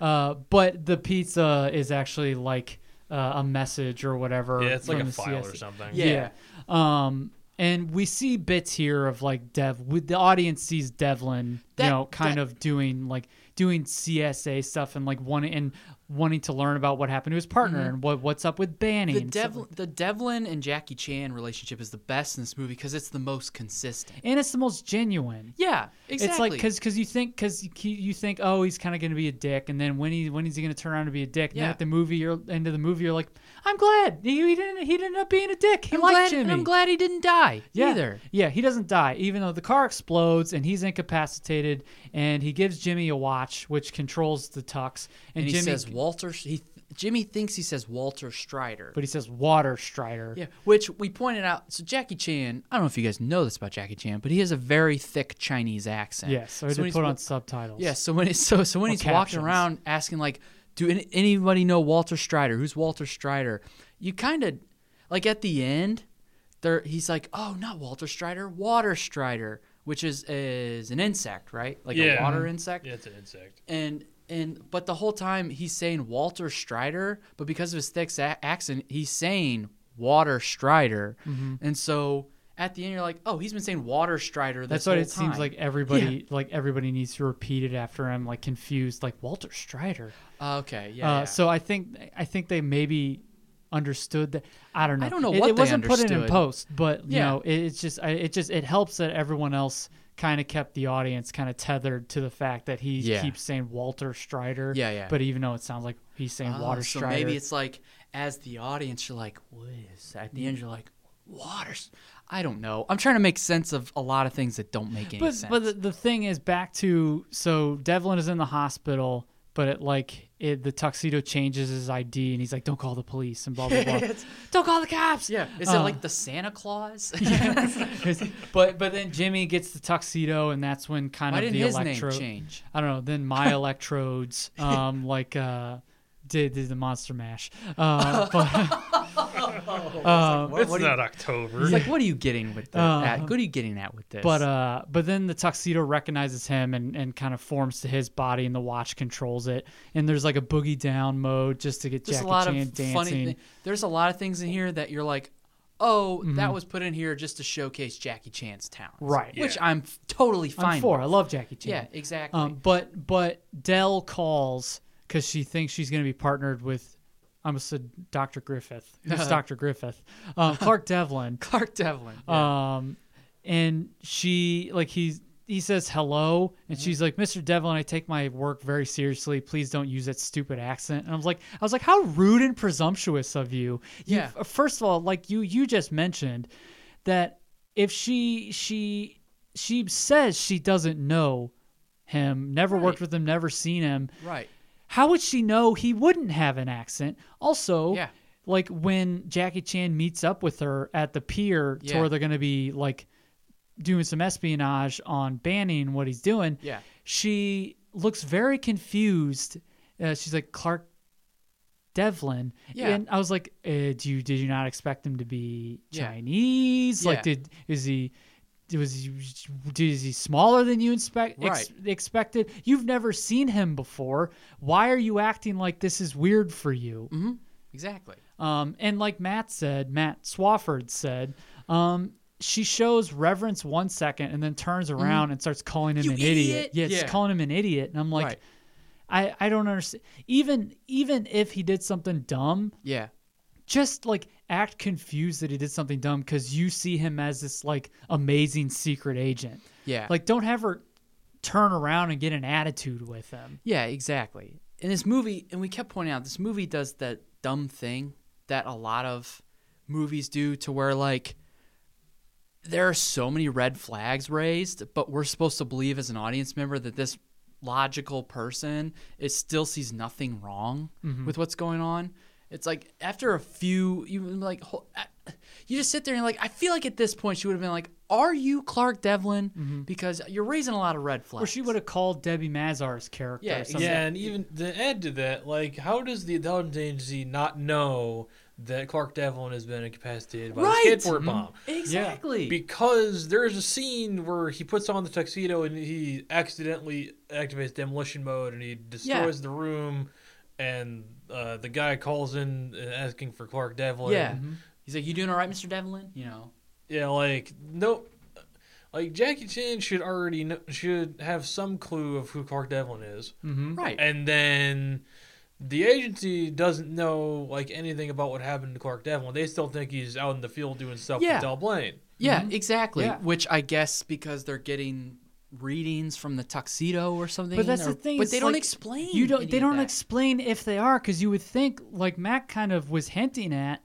Uh, but the pizza is actually like uh, a message or whatever. yeah, it's like from a the file or CSE. something. Yeah. Um, and we see bits here of like Dev. With the audience sees Devlin, That- you know, kind that- of doing like doing CSA stuff and like wanting and wanting to learn about what happened to his partner and what what's up with Banning. The and stuff Devlin, the Devlin and Jackie Chan relationship is the best in this movie because it's the most consistent. and it's the most genuine. Yeah, exactly. It's like because because you think because you, you think oh he's kind of going to be a dick and then when he when is he going to turn around to be a dick? And then Yeah. at the movie you're end of the movie you're like I'm glad he, he didn't he ended up being a dick. He I'm liked glad, Jimmy. and I'm glad he didn't die yeah. either. Yeah, he doesn't die even though the car explodes and he's incapacitated and he gives Jimmy a watch which controls the tux and, And he Jimmy says Walter. He Jimmy thinks he says Walter Strider. but he says water strider. yeah, which we pointed out. So Jackie Chan, I don't know if you guys know this about Jackie Chan, but he has a very thick Chinese accent. Yeah, so, I when had to he's put wa- on subtitles. Yeah, so when it's, so so when he's walking captions. around asking like, "Do any, anybody know Walter Strider? Who's Walter Strider?" You kind of like at the end, there he's like, "Oh, not Walter Strider, Water Strider, which is is an insect, right? Like a Yeah. uh-huh. water insect." Yeah, it's an insect. And and but the whole time he's saying Walter Strider, but because of his thick sa- accent, he's saying Water Strider, Mm-hmm. and so. At the end, you're like, "Oh, he's been saying Water Strider." This That's what whole it seems time." like everybody like everybody needs to repeat it after I'm like confused like Walter Strider. Uh, okay, yeah. Uh, yeah. So I think I think they maybe understood that. I don't know. I don't know it, what it they wasn't put in in understood. post, but you Yeah. know, it, it's just I, it just it helps that everyone else kind of kept the audience kind of tethered to the fact that he Yeah. keeps saying Walter Strider. Yeah, yeah. But even though it sounds like he's saying Oh, Water so Strider, maybe it's like as the audience you're like what is that? at the end you're like waters i don't know i'm trying to make sense of a lot of things that don't make any but sense but the, the thing is back to so Devlin is in the hospital, but it like it, the tuxedo changes his ID and he's like, don't call the police and blah blah blah. don't call the cops. yeah is it Uh, like the santa claus but but then Jimmy gets the tuxedo and that's when kind why of didn't the his electro. name change I don't know. Then my electrodes, um, like uh, did did the monster mash. Uh, but, uh, What- it's what do you- not October. it's like what are you getting with this Uh, at? what are you getting at with this but uh, but then the tuxedo recognizes him and, and kind of forms to his body, and the watch controls it. And there's like a boogie down mode just to get there's Jackie a lot Chan of dancing. funny thi- there's a lot of things in here that you're like oh that was put in here just to showcase jackie chan's talents Mm-hmm. Right. which i'm f- totally fine I'm for. I with. love Jackie Chan. yeah exactly Um, but but Dell calls because she thinks she's going to be partnered with, I almost said Dr. Griffith. Who's Dr. Griffith? Um, Clark Devlin. clark devlin Um, and she like he's he says hello, and she's like, "Mr. Devlin, I take my work very seriously. Please don't use that stupid accent." And I was like, "I was like, how rude and presumptuous of you." You- Yeah. First of all, like you you just mentioned that if she she she says she doesn't know him, never worked with him, never seen him, right how would she know he wouldn't have an accent? Also, Yeah. like when Jackie Chan meets up with her at the pier to Yeah. where they're going to be like doing some espionage on banning what he's doing, Yeah. she looks very confused. Uh, she's like, Clark Devlin. Yeah. And I was like, uh, do you, did you not expect him to be Yeah. Chinese? Yeah. Like, did, is he, was he, did- is he smaller than you expect? ex- expected? You've never seen him before. Why are you acting like this is weird for you? exactly Um, and like Matt said, Matt Swafford said, um, she shows reverence one second and then turns around and starts calling him Mm-hmm. You an idiot! Yeah, Yeah. she's calling him an idiot, and I'm like, Right. I I don't understand. Even even if he did something dumb, yeah just like act confused that he did something dumb because you see him as this like amazing secret agent. Yeah. Like, don't have her turn around and get an attitude with him. Yeah, exactly. And this movie, and we kept pointing out, this movie does that dumb thing that a lot of movies do to where, like, there are so many red flags raised, but we're supposed to believe as an audience member that this logical person is still sees nothing wrong Mm-hmm. with what's going on. It's like after a few, you like, ho- I- you just sit there and like, I feel like at this point she would have been like, "Are you Clark Devlin?" Because you're raising a lot of red flags. Mm-hmm. Or she would have called Debbie Mazar's character. Yeah, or something. yeah, and even to add to that, like, how does the intelligence agency not know that Clark Devlin has been incapacitated by Right! the skateboard bomb? exactly. Because there's a scene where he puts on the tuxedo and he accidentally activates demolition mode and he destroys the room, and uh, the guy calls in uh, asking for Clark Devlin. Yeah. Mm-hmm. He's like, You doing all right, Mr. Devlin? You know. Yeah, like no, like Jackie Chan should already know, should have some clue of who Clark Devlin is, Mm-hmm. Right. and then the agency doesn't know like anything about what happened to Clark Devlin. They still think he's out in the field doing stuff Yeah. with Del Blaine. yeah, exactly. mm-hmm. Yeah. Which I guess because they're getting readings from the tuxedo or something. But that's or- the thing. But it's they don't like, explain. You don't. any They of don't that. explain if they are, because you would think, like Matt kind of was hinting at.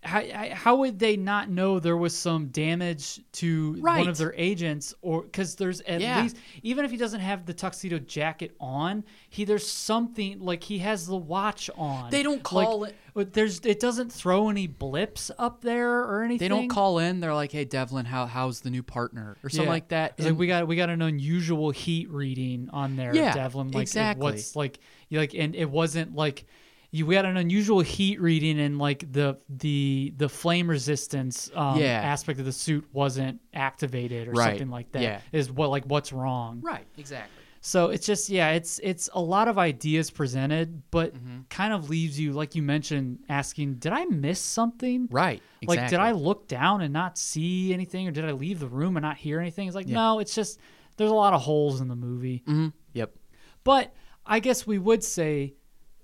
How, I- how would they not know there was some damage to Right. one of their agents or because there's at Yeah. least even if he doesn't have the tuxedo jacket on he there's something like he has the watch on They don't Like, call it- but there's it doesn't throw any blips up there or anything They don't call in. They're like, "Hey, Devlin, how how's the new partner?" or something Yeah. like that. It's like we got we got an unusual heat reading on there, Yeah, Devlin. Like it- exactly. what's like you- like and it wasn't like you we got an unusual heat reading and like the the the flame resistance um, Yeah. aspect of the suit wasn't activated or Right, something like that. Is yeah. what like what's wrong. right. Exactly. So it's just yeah, it's it's a lot of ideas presented, but Mm-hmm. kind of leaves you like you mentioned asking, did I miss something? Right. Exactly. Like, did I look down and not see anything, or did I leave the room and not hear anything? It's like, no, it's just Mm-hmm. there's a lot of holes in the movie. Yep. But I guess we would say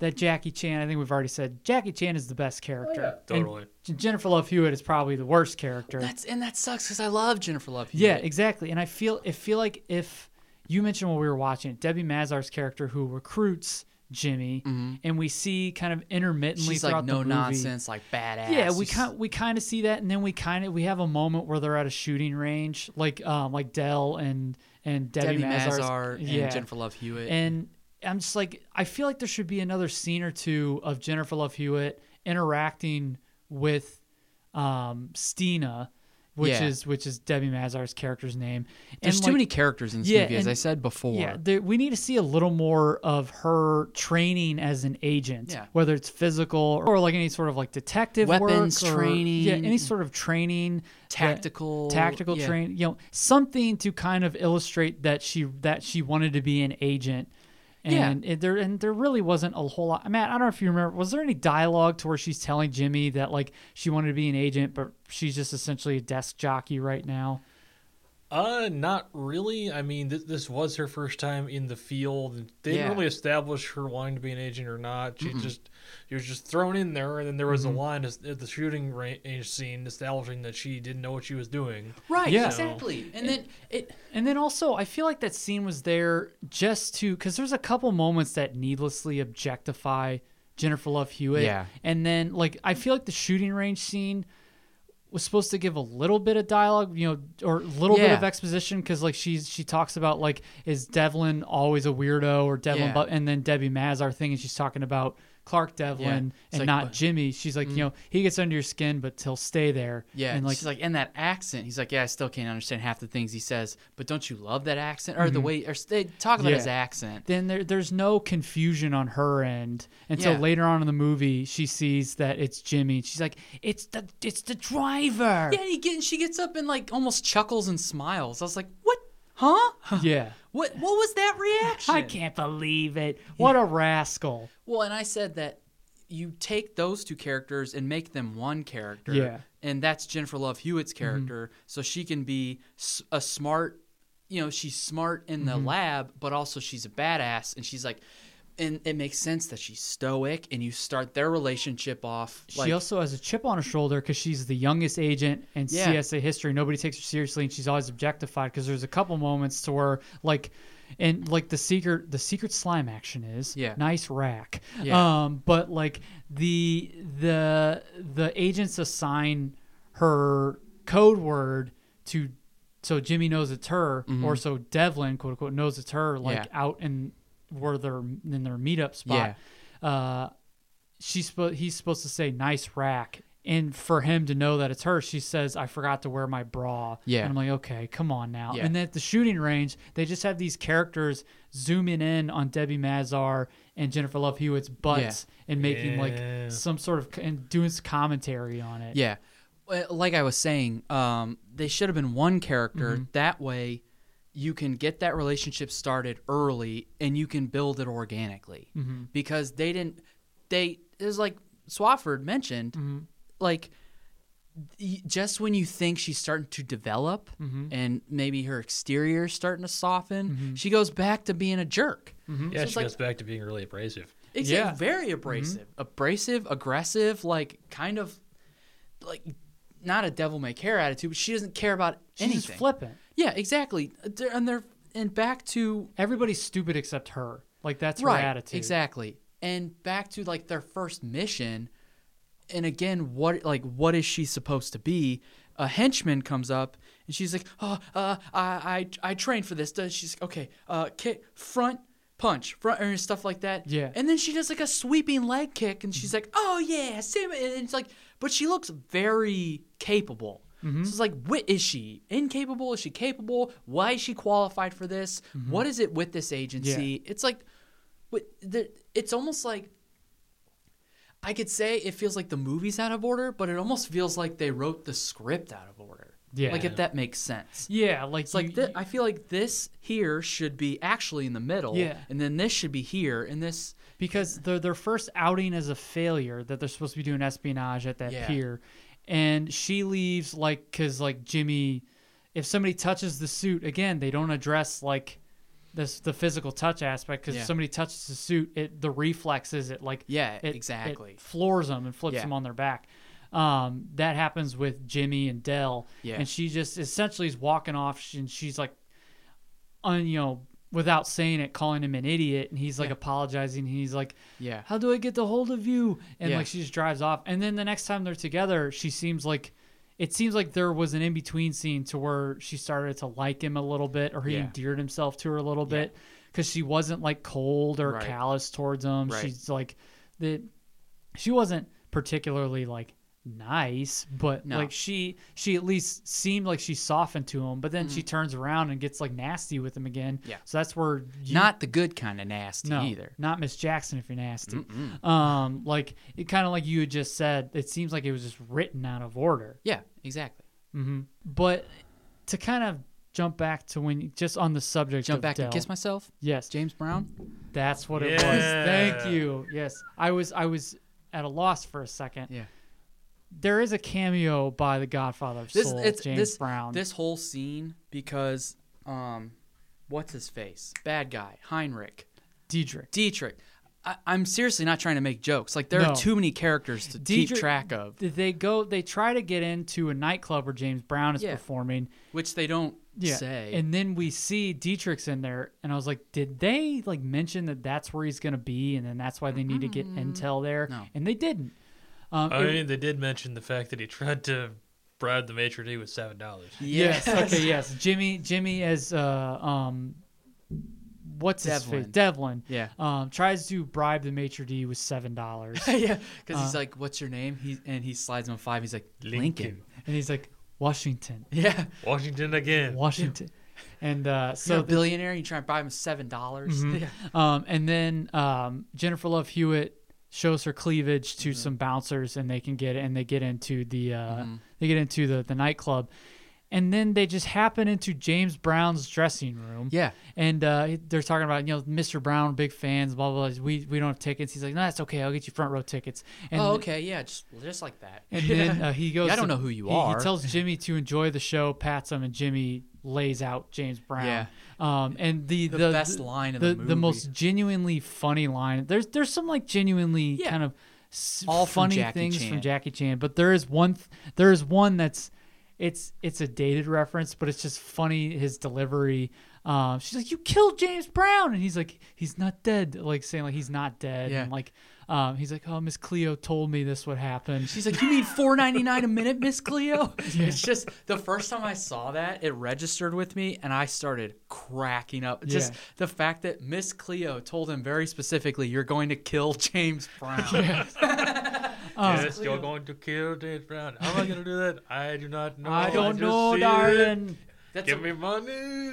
that Jackie Chan. I think we've already said Jackie Chan is the best character. And Totally. J- Jennifer Love Hewitt is probably the worst character. That's and that sucks because I love Jennifer Love. yeah, Hewitt. exactly. And I feel I feel like if you mentioned while we were watching it, Debbie Mazar's character who recruits Jimmy, and we see kind of intermittently Mm-hmm. she's throughout like the no movie- nonsense, like badass. Yeah, we She's- kind we kind of see that, and then we kind of we have a moment where they're at a shooting range, like um like Dell and and Debbie, Debbie Mazar's- Mazar and yeah. Jennifer Love Hewitt. And I'm just like, I feel like there should be another scene or two of Jennifer Love Hewitt interacting with um, Stina, which Yeah. is which is Debbie Mazar's character's name. There's and too like, many characters in this Yeah, movie, as and- I said before. yeah, there, we need to see a little more of her training as an agent, Yeah. whether it's physical or like any sort of like detective Weapons work or- training. yeah, any sort of training, that- Tactical, tactical yeah. training, you know, something to kind of illustrate that she that she wanted to be an agent. Yeah. And it, there and there really wasn't a whole lot. Matt, I don't know if you remember. Was there any dialogue to where she's telling Jimmy that like she wanted to be an agent, but she's just essentially a desk jockey right now? Uh, not really. I mean, th- this was her first time in the field. and They Yeah. didn't really establish her wanting to be an agent or not. She just she was just thrown in there, and then there Mm-hmm. was a line as- at the shooting range scene establishing that she didn't know what she was doing. Right, Yeah. exactly. And then it And then also, I feel like that scene was there just to because there's a couple moments that needlessly objectify Jennifer Love Hewitt. Yeah. And then like I feel like the shooting range scene was supposed to give a little bit of dialogue, you know, or a little bit Yeah. of exposition because like she's she talks about like is Devlin always a weirdo or Devlin, Yeah. but and then Debbie Mazar thing and she's talking about Clark Devlin Yeah. and It's like, not but- Jimmy. She's like, you know, he gets under your skin, but he'll stay there. Yeah, And like, she's like in that accent. He's like, yeah, I still can't understand half the things he says, but don't you love that accent or the way or s- they talk about Mm-hmm. Yeah. his accent? then there, there's no confusion on her end until Yeah. later on in the movie she sees that it's Jimmy. She's like, "It's the it's the driver." Yeah, he get, she gets up and like almost chuckles and smiles. I was like, what? Huh? Yeah. What? What was that reaction? I can't believe it. What a rascal. Well, and I said that you take those two characters and make them one character. Yeah. Mm-hmm. And that's Jennifer Love Hewitt's character. So she can be s- a smart, you know, she's smart in the Mm-hmm. lab, but also she's a badass. And she's like, and it makes sense that she's stoic and you start their relationship off. Like, she also has a chip on her shoulder because she's the youngest agent in Yeah. CSA history. Nobody takes her seriously, and she's always objectified. Because there's a couple moments to where, like, and like the secret, the secret slime action is Yeah. nice rack. Yeah. Um, but like the the the agents assign her code word to, so Jimmy knows it's her, or so Devlin quote unquote knows it's her. Like Mm-hmm. Yeah. out in where they're in their meetup spot. Uh, she's spo- he's supposed to say nice rack and for him to know that it's her she says i forgot to wear my bra Yeah. and i'm like okay come on now Yeah. and then at the shooting range they just have these characters zooming in on debbie mazar and jennifer love hewitt's butts and making Yeah. like some sort of and doing some commentary on it Yeah. Well, Like I was saying, um, they should have been one character. That way, you can get that relationship started early and you can build it organically. Because they didn't, they, it was like Swafford mentioned, like, y- just when you think she's starting to develop and maybe her exterior is starting to soften, she goes back to being a jerk. Yeah, it's she like- goes back to being really abrasive. It's Yeah. Mm-hmm. very abrasive, abrasive, aggressive, like kind of like not a devil may care attitude, but she doesn't care about she's anything. just flippant Yeah, exactly. They're, and they're and back to everybody's stupid except her like that's right her attitude exactly, and back to like their first mission. And again, what like what is she supposed to be? A henchman comes up and she's like, "Oh, uh, I I I trained for this." Does she's like, "Okay, uh, kick front." Punch, front, and stuff like that. Yeah. And then she does like a sweeping leg kick, and she's like, "Oh yeah, Sam." And it's like, but she looks very capable. Mm-hmm. So it's like, what is she incapable? Is she capable? Why is she qualified for this? Mm-hmm. What is it with this agency? It's like, what the, it's almost like I could say it feels like the movie's out of order, but it almost feels like they wrote the script out of order. Yeah. Like if that makes sense. yeah like It's like you- thi- I feel like this here should be actually in the middle, Yeah. and then this should be here, and this because their their first outing is a failure that they're supposed to be doing espionage at that Yeah. pier, and she leaves like because like Jimmy, if somebody touches the suit again, they don't address like this the physical touch aspect because Yeah. if somebody touches the suit, it the reflexes it like Yeah, it- it exactly. floors them and flips Yeah. them on their back. Um, that happens with Jimmy and Dell, Yeah. and she just essentially is walking off she- and she's like, un, you know, without saying it, calling him an idiot, and he's like apologizing. He's like, Yeah. how do I get the hold of you? And Yeah. like she just drives off. And then the next time they're together, she seems like it seems like there was an in between scene to where she started to like him a little bit, or he Yeah. endeared himself to her a little bit, because she wasn't like cold or Right. callous towards him. Right. She's like the she wasn't particularly like nice but No. like she she at least seemed like she softened to him but then she turns around and gets like nasty with him again Mm-hmm. Yeah. so that's where you- Not the good kind of nasty either. not Miss Jackson if you're nasty. Um, like it kind of like you had just said. It seems like it was just written out of order. Yeah, exactly. But to kind of jump back to when just on the subject. Jump of back Dell, and kiss myself. Yes, James Brown. That's what it was. Yeah. Thank you. Yes, I was I was at a loss for a second. Yeah. There is a cameo by the Godfather of Soul, James this, Brown. This whole scene because um, what's his face? Bad guy Heinrich Diedrich. Dietrich. I, I'm seriously not trying to make jokes. Like there No. are too many characters to keep Dietrich- track of, They go. They try to get into a nightclub where James Brown is Yeah. performing, which they don't yeah. say. And then we see Dietrich's in there, and I was like, did they like mention that that's where he's gonna be, and then that's why they need to get intel there? No. And they didn't. Um, I it- mean, they did mention the fact that he tried to bribe the maitre d with seven dollars. yes. okay. Yes. Jimmy. Jimmy as uh um. What's his Devlin. face? Devlin. Yeah. Um, tries to bribe the maitre d with seven dollars, yeah, because Uh. he's like, "What's your name?" He and he slides him a five. He's like, "Lincoln." Lincoln. and he's like, Washington, Yeah, Washington again. Washington, and uh, so so a billionaire, you try and buy him seven dollars. Yeah. Um, and then um, Jennifer Love Hewitt shows her cleavage Mm-hmm. to some bouncers, and they can get and they get into the uh, they get into the the nightclub, and then they just happen into James Brown's dressing room. Yeah. and uh, they're talking about you know Mr. Brown, big fans, blah blah. blah. We we don't have tickets. He's like, no, that's okay. I'll get you front row tickets. And Oh, okay, yeah, just just like that. And then uh, he goes. Yeah, I don't to- know who you he- are. He tells Jimmy to enjoy the show, pats him, and Jimmy lays out James Brown. Yeah. Um, and the, The the, best line of the the movie. most genuinely funny line. There's there's some like genuinely kind of s- All from funny Jackie things Chan. from Jackie Chan, but there is one th- there is one that's it's it's a dated reference, but it's just funny his delivery. Um, she's like, "You killed James Brown," and he's like, "He's not dead," like saying like he's not dead, Yeah. and like um, he's like, "Oh, Miss Cleo told me this would happen." She's like, "You mean four ninety nine a minute, Miss Cleo?" It's just the first time I saw that, it registered with me, and I started cracking up. Just Yeah. the fact that Miss Cleo told him very specifically, "You're going to kill James Brown." yes, you're going to kill James Brown. How am I going to do that? I do not know. Oh, I don't just know, see it. darling. That's Give a- me money.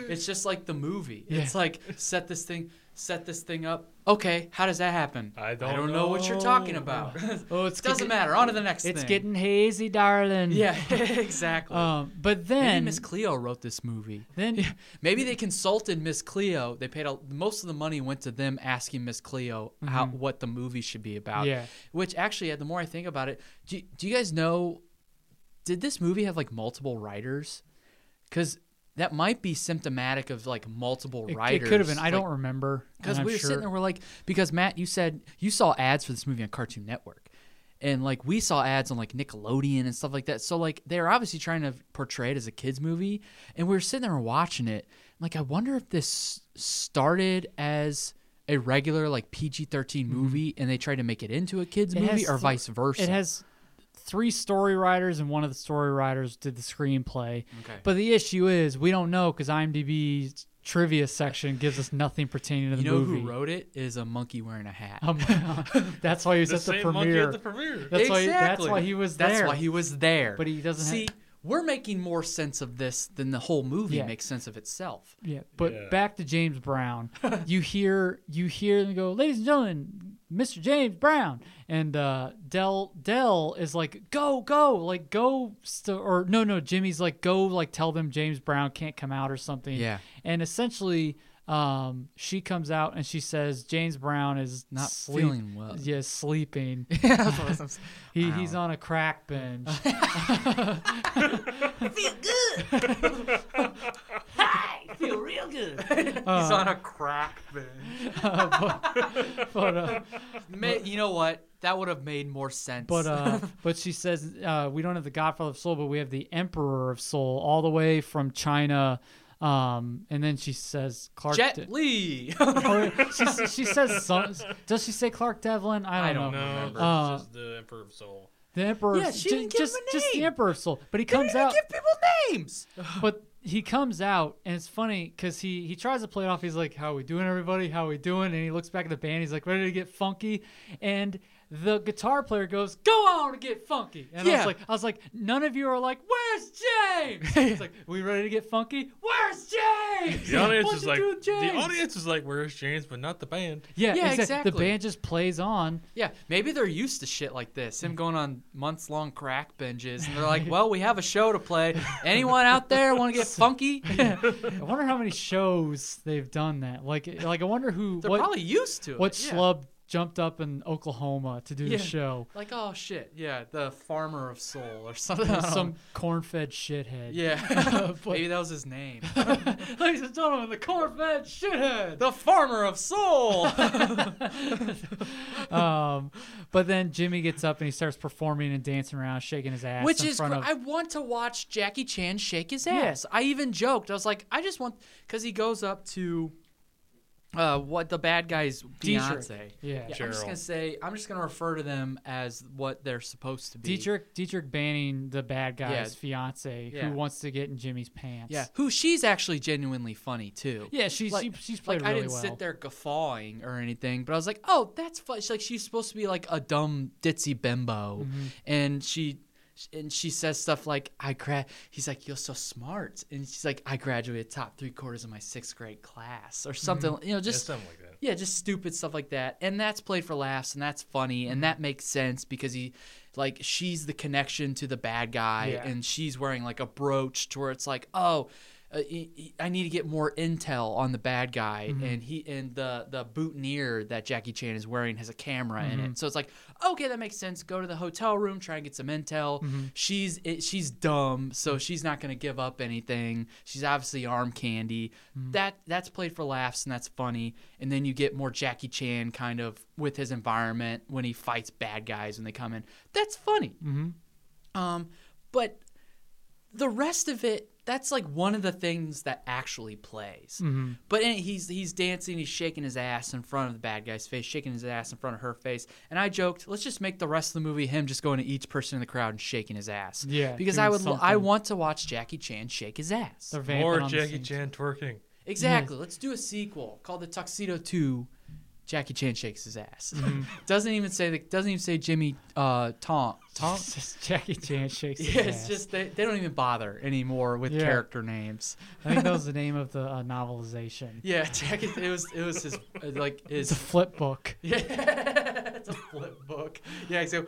It's just like the movie. Yeah. It's like set this thing, set this thing up. Okay, how does that happen? I I don't don't know, what you're know. talking about. Oh, it's getting- Doesn't matter. On to the next It's thing. getting hazy, darling. yeah, exactly. Um, but Maybe then Miss Cleo wrote this movie. then Maybe they consulted Miss Cleo. They paid a, most of the money went to them asking Miss Cleo how what the movie should be about. Mm-hmm. Yeah. Which actually, the more I think about it, do, do you guys know? Did this movie have like multiple writers? Because that might be symptomatic of like multiple it, writers. could have been. I like, don't remember because and we I'm were sure- sitting there, we're like, because Matt, you said you saw ads for this movie on Cartoon Network, and like we saw ads on like Nickelodeon and stuff like that. So like they're obviously trying to portray it as a kids movie, and we were sitting there watching it. Like I wonder if this started as a regular like PG 13 movie, and they tried to make it into a kids Mm-hmm. It has movie, or th- vice versa. It has three story writers, and one of the story writers did the screenplay. Okay. But the issue is we don't know because IMDb's trivia section gives us nothing pertaining to the you know movie. who wrote it is a monkey wearing a hat. Um, that's why he was the at the same monkey premiere. at the premiere. that's why. That's why he was there. That's why he was there. But he doesn't have- see. we're making more sense of this than the whole movie Yeah. makes sense of itself. Yeah, but Yeah. back to James Brown. you hear you hear them go, ladies and gentlemen, Mr. James Brown, and uh, Dell Dell is like, go go, like go, st-, or no no, Jimmy's like, go, like tell them James Brown can't come out or something. Yeah. and essentially, um, she comes out and she says James Brown is Not sleep- feeling well. Yeah, sleeping. he, he's on a crack bench. He's on a crack binge. Uh-huh. Uh, But, uh, Ma- you know what? That would have made more sense. but, uh, but she says uh, we don't have the Godfather of Soul, but we have the Emperor of Soul, all the way from China. Um, and then she says Clark. Jet De- Li. Oh, she, she says some, does she say Clark Devlin? I don't, I don't know. No, know. it's Uh, just the Emperor of Soul. The Emperor. Yeah, she didn't give just, him a just the name. Emperor of Soul. But he comes out. give people names. but he comes out and it's funny because he he tries to play it off he's like how we doing everybody how we doing and he looks back at the band he's like ready to get funky and the guitar player goes go on and get funky and i Yeah. was like i was like none of you are like where's james it's like we ready to get funky where's james The audience What'd is you like do with the James?" audience is like, where's James, but not the band. yeah, Yeah, exactly. the exactly. band just plays on Yeah, maybe they're used to shit like this. Him going on months long crack binges, and they're like, "Well, we have a show to play. Anyone out there want to get funky?" they're i wonder how many shows they've done that like like i wonder who what, probably used to it. what yeah. schlub jumped up in oklahoma to do Yeah. the show Like, oh shit, yeah, the farmer of soul or something. some corn-fed shithead Um, yeah, maybe that was his name. Ladies and gentlemen, the Corvette shithead. the farmer of soul. Um, but then Jimmy gets up and he starts performing and dancing around, shaking his ass. Which in is, front cra- of, I want to watch Jackie Chan shake his ass. I even joked. I was like, I just want, because he goes up to, uh, what the bad guys Dietrich. Beyonce. Yeah. I'm just Cheryl. gonna say, I'm just gonna refer to them as what they're supposed to be. Dietrich Dietrich banning the bad guy's Yeah. fiance Yeah. who wants to get in Jimmy's pants. Yeah, who she's actually genuinely funny too. yeah, she's Like- she, she's played like I really didn't well. sit there guffawing or anything, but I was like, "Oh, that's fun." She's like she's supposed to be like a dumb ditzy bimbo, Mm-hmm. and she and she says stuff like, "I grad." He's like, "You're so smart," and she's like, "I graduated top three quarters of my sixth grade class," Mm-hmm. or something. You know, Yeah, just something like that. yeah, just stupid stuff like that. And that's played for laughs and that's funny Mm-hmm. and that makes sense because he like she's the connection to the bad guy Yeah. and she's wearing like a brooch to where it's like, "Oh, uh, e- e- I need to get more intel on the bad guy." And he and the the boutonniere that Jackie Chan is wearing has a camera in it. So it's like, "Okay, that makes sense. Go to the hotel room, try and get some intel." She's it, she's dumb, so she's not going to give up anything. She's obviously arm candy. That that's played for laughs and that's funny. And then you get more Jackie Chan kind of with his environment when he fights bad guys when they come in. That's funny. Um, but the rest of it, that's like one of the things that actually plays. Mm-hmm. But in, he's he's dancing, he's shaking his ass in front of the bad guy's face, shaking his ass in front of her face. And I joked, let's just make the rest of the movie him just going to each person in the crowd and shaking his ass. Yeah, because doing I would I something. want to watch Jackie Chan shake his ass. They're vamping More on the Jackie scenes. Chan twerking. Exactly. Let's do a sequel called The Tuxedo Two. Jackie Chan shakes his ass. Mm-hmm. doesn't even say the, doesn't even say Jimmy uh, Tom Tom. It's just Jackie Chan shakes. his Yeah, it's ass. just they, they don't even bother anymore with Yeah. character names. I think that was the name of the uh, novelization. Yeah, Jack. It, it was it was his uh, like It's a his flip book. yeah. it's a flip book. Yeah, so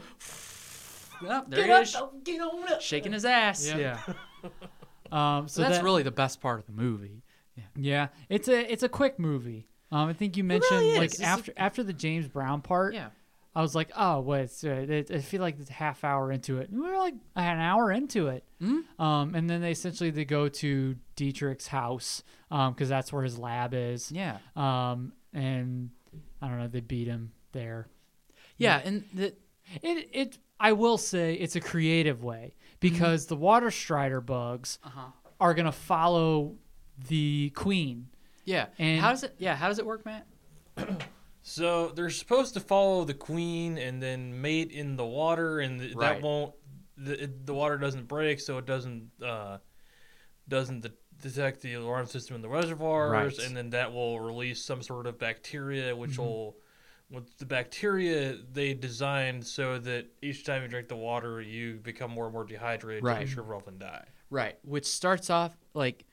oh, there Get he up, is, shaking his ass. Yeah. Yeah, Um, so so that's that- really the best part of the movie. Yeah, it's a it's a quick movie. Um, I think you mentioned really is. like It's a- after after the James Brown part. Yeah. I was like, oh, well, it's, uh, it, I feel like it's a half hour into it. And we were like an hour into it. Mm-hmm. Um, and then they essentially they go to Dietrich's house because that's where his lab is. Yeah, Um, and I don't know, they beat him there. yeah, and the, It it I will say it's a creative way Mm-hmm. because the water strider bugs Uh-huh. are gonna follow the queen. yeah. And- how does it? Yeah, how does it work, Matt? So they're supposed to follow the queen and then mate in the water, and th- Right. that won't. The, it- the water doesn't break, so it doesn't uh, doesn't de- detect the alarm system in the reservoirs, Right. Mm-hmm. and then that will release some sort of bacteria, which will. With the bacteria, they designed so that each time you drink the water, you become more and more dehydrated, Right. you shrivel up and die. Right, which starts off like,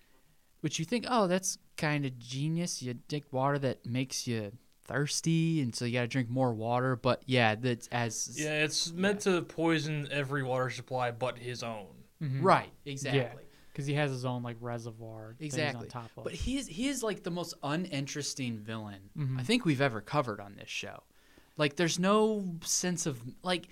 which you think, oh, that's kind of genius. You drink water that makes you thirsty, and so you got to drink more water. But yeah, that's as Yeah, it's meant to poison every water supply but his own. Mm-hmm. right, exactly. because he has his own like reservoir. that he's Exactly. on top of. But he is he is like the most uninteresting villain Mm-hmm. I think we've ever covered on this show. Like there's no sense of like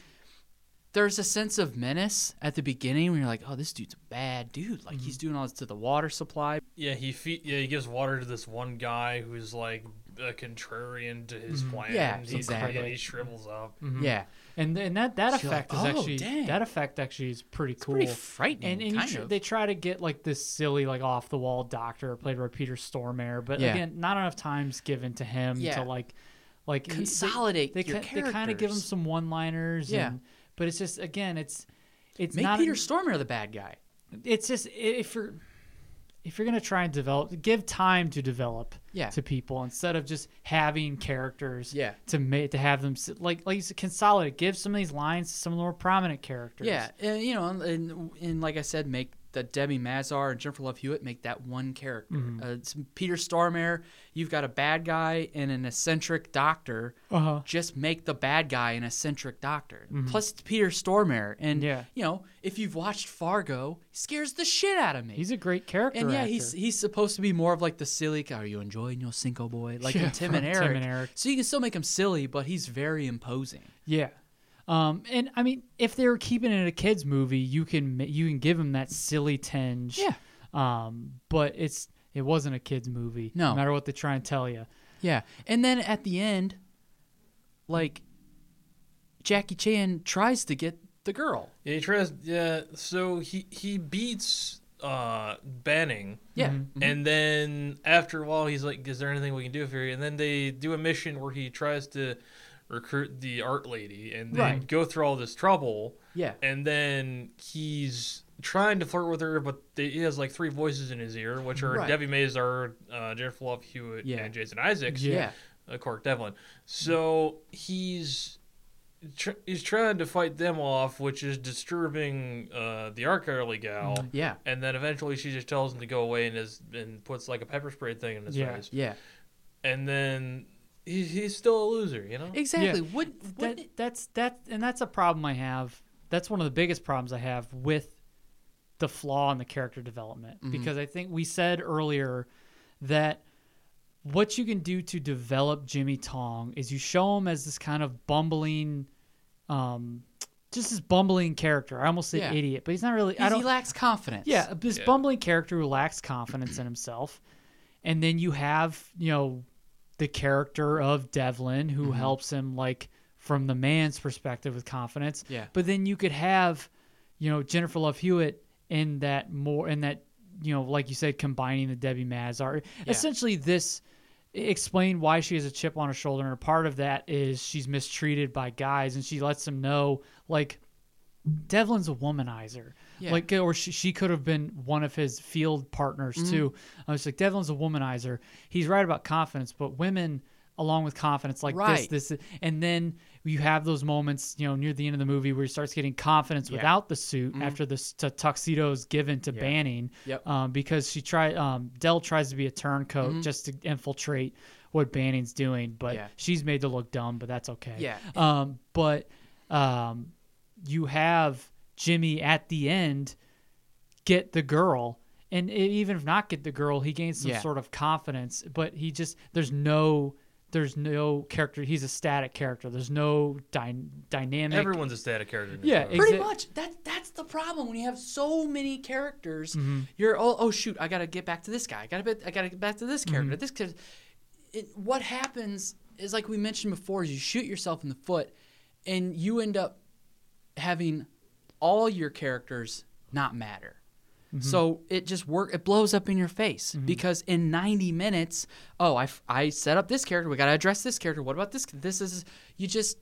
there's a sense of menace at the beginning when you're like, oh, this dude's a bad dude. Like Mm-hmm. he's doing all this to the water supply. Yeah, he fe- yeah he gives water to this one guy who's like a contrarian to his plan. Yeah, He's- exactly. and he shrivels up. Mm-hmm. Yeah, and and that that So you're effect like, is "Oh, actually dang." that effect actually is pretty cool. pretty frightening, And, and you kind tr- of. they try to get like this silly like off the wall doctor played by Peter Stormare, but Yeah. again, not enough time's given to him Yeah. to like like he- they- Consolidate They, your they kind of give him characters. some one liners. Yeah. and, but it's just again, it's it's make not Peter Stormer the bad guy. it's just i- if you're if you're gonna try and develop, give time to develop Yeah. to people instead of just having characters Yeah. to make to have them sit, like like you said, consolidate. Give some of these lines to some of the more prominent characters. Yeah, and, you know, and, and, and like I said, make the Debbie Mazar and Jennifer Love Hewitt make that one character. Uh, it's Peter Stormare, you've got a bad guy and an eccentric doctor. Uh-huh. Just make the bad guy an eccentric doctor. Plus, it's Peter Stormare, and Yeah. you know, if you've watched Fargo, he scares the shit out of me. he's a great character. and yeah, actor. he's e he's supposed to be more of like the silly. guy. Are you enjoying your Cinco Boy? Like in Yeah, Tim and from Tim Eric. and Eric. So you can still make him silly, but he's very imposing. yeah. Um, and I mean, if they were keeping it a kids movie, you can ma- you can give him that silly tinge. Yeah. Um, but it's it wasn't a kids movie. No. matter what they try and tell you. Yeah. And then at the end, like Jackie Chan tries to get the girl. Yeah, he tries. Yeah, so he he beats uh Banning. Yeah. Mm-hmm. And then after a while, he's like, "Is there anything we can do for you?" And then they do a mission where he tries to recruit the art lady, and they Right. go through all this trouble. Yeah. And then he's trying to flirt with her, but they, he has like three voices in his ear, which are Right. Debbie Mazar, uh, Jennifer Love Hewitt, Yeah. and Jason Isaacs. Yeah. Uh, Cork Devlin. So he's tr- he's trying to fight them off, which is disturbing uh, the art girly gal. Yeah. And then eventually she just tells him to go away and is and puts like a pepper spray thing in his Yeah. face. Yeah. And then he, he's still a loser, you know. Exactly. Yeah. What, what that, that's that and that's a problem I have. That's one of the biggest problems I have with the flaw in the character development Mm-hmm. because I think we said earlier that what you can do to develop Jimmy Tong is you show him as this kind of bumbling um just this bumbling character. I almost said Yeah. idiot, but he's not really I he's- don't he lacks confidence. yeah, this bumbling character who lacks confidence in himself. And then you have, you know, the character of Devlin Mm-hmm. who helps him like from the man's perspective with confidence. Yeah. But then you could have, you know, Jennifer Love Hewitt in that more in that, you know, like you said, combining the Debbie Mazar. Essentially this explain why she has a chip on her shoulder and a part of that is she's mistreated by guys and she lets them know like Devlin's a womanizer. Yeah. Like, or she, she could have been one of his field partners Mm-hmm. too. I was like, Devlin's a womanizer. He's right about confidence, but women, along with confidence, like Right. this, this, and then you have those moments, you know, near the end of the movie where he starts getting confidence without the suit Mm-hmm. after this t- tuxedo is given to Banning, Yep. um, because she try, um, Dell tries to be a turncoat just to infiltrate what Banning's doing, but Mm-hmm. Yeah. she's made to look dumb, but that's okay. Yeah. Um, but um, you have Jimmy at the end get the girl. And i even if not get the girl, he gains some Yeah. sort of confidence. But he just there's no there's no character. He's a static character. There's no dy- dynamic. Everyone's a static character. in this Yeah, movie. ex- Pretty Exa- much. That that's the problem when you have so many characters. You're oh oh shoot, I gotta get back to this guy. I gotta bit, I gotta get back to this character. This kid. It, what happens is like we mentioned before, is you shoot yourself in the foot, and you end up having all your characters not matter. So it just work. It blows up in your face because in 90 minutes, oh, I, f- I set up this character. We got to address this character. What about this? This is you just.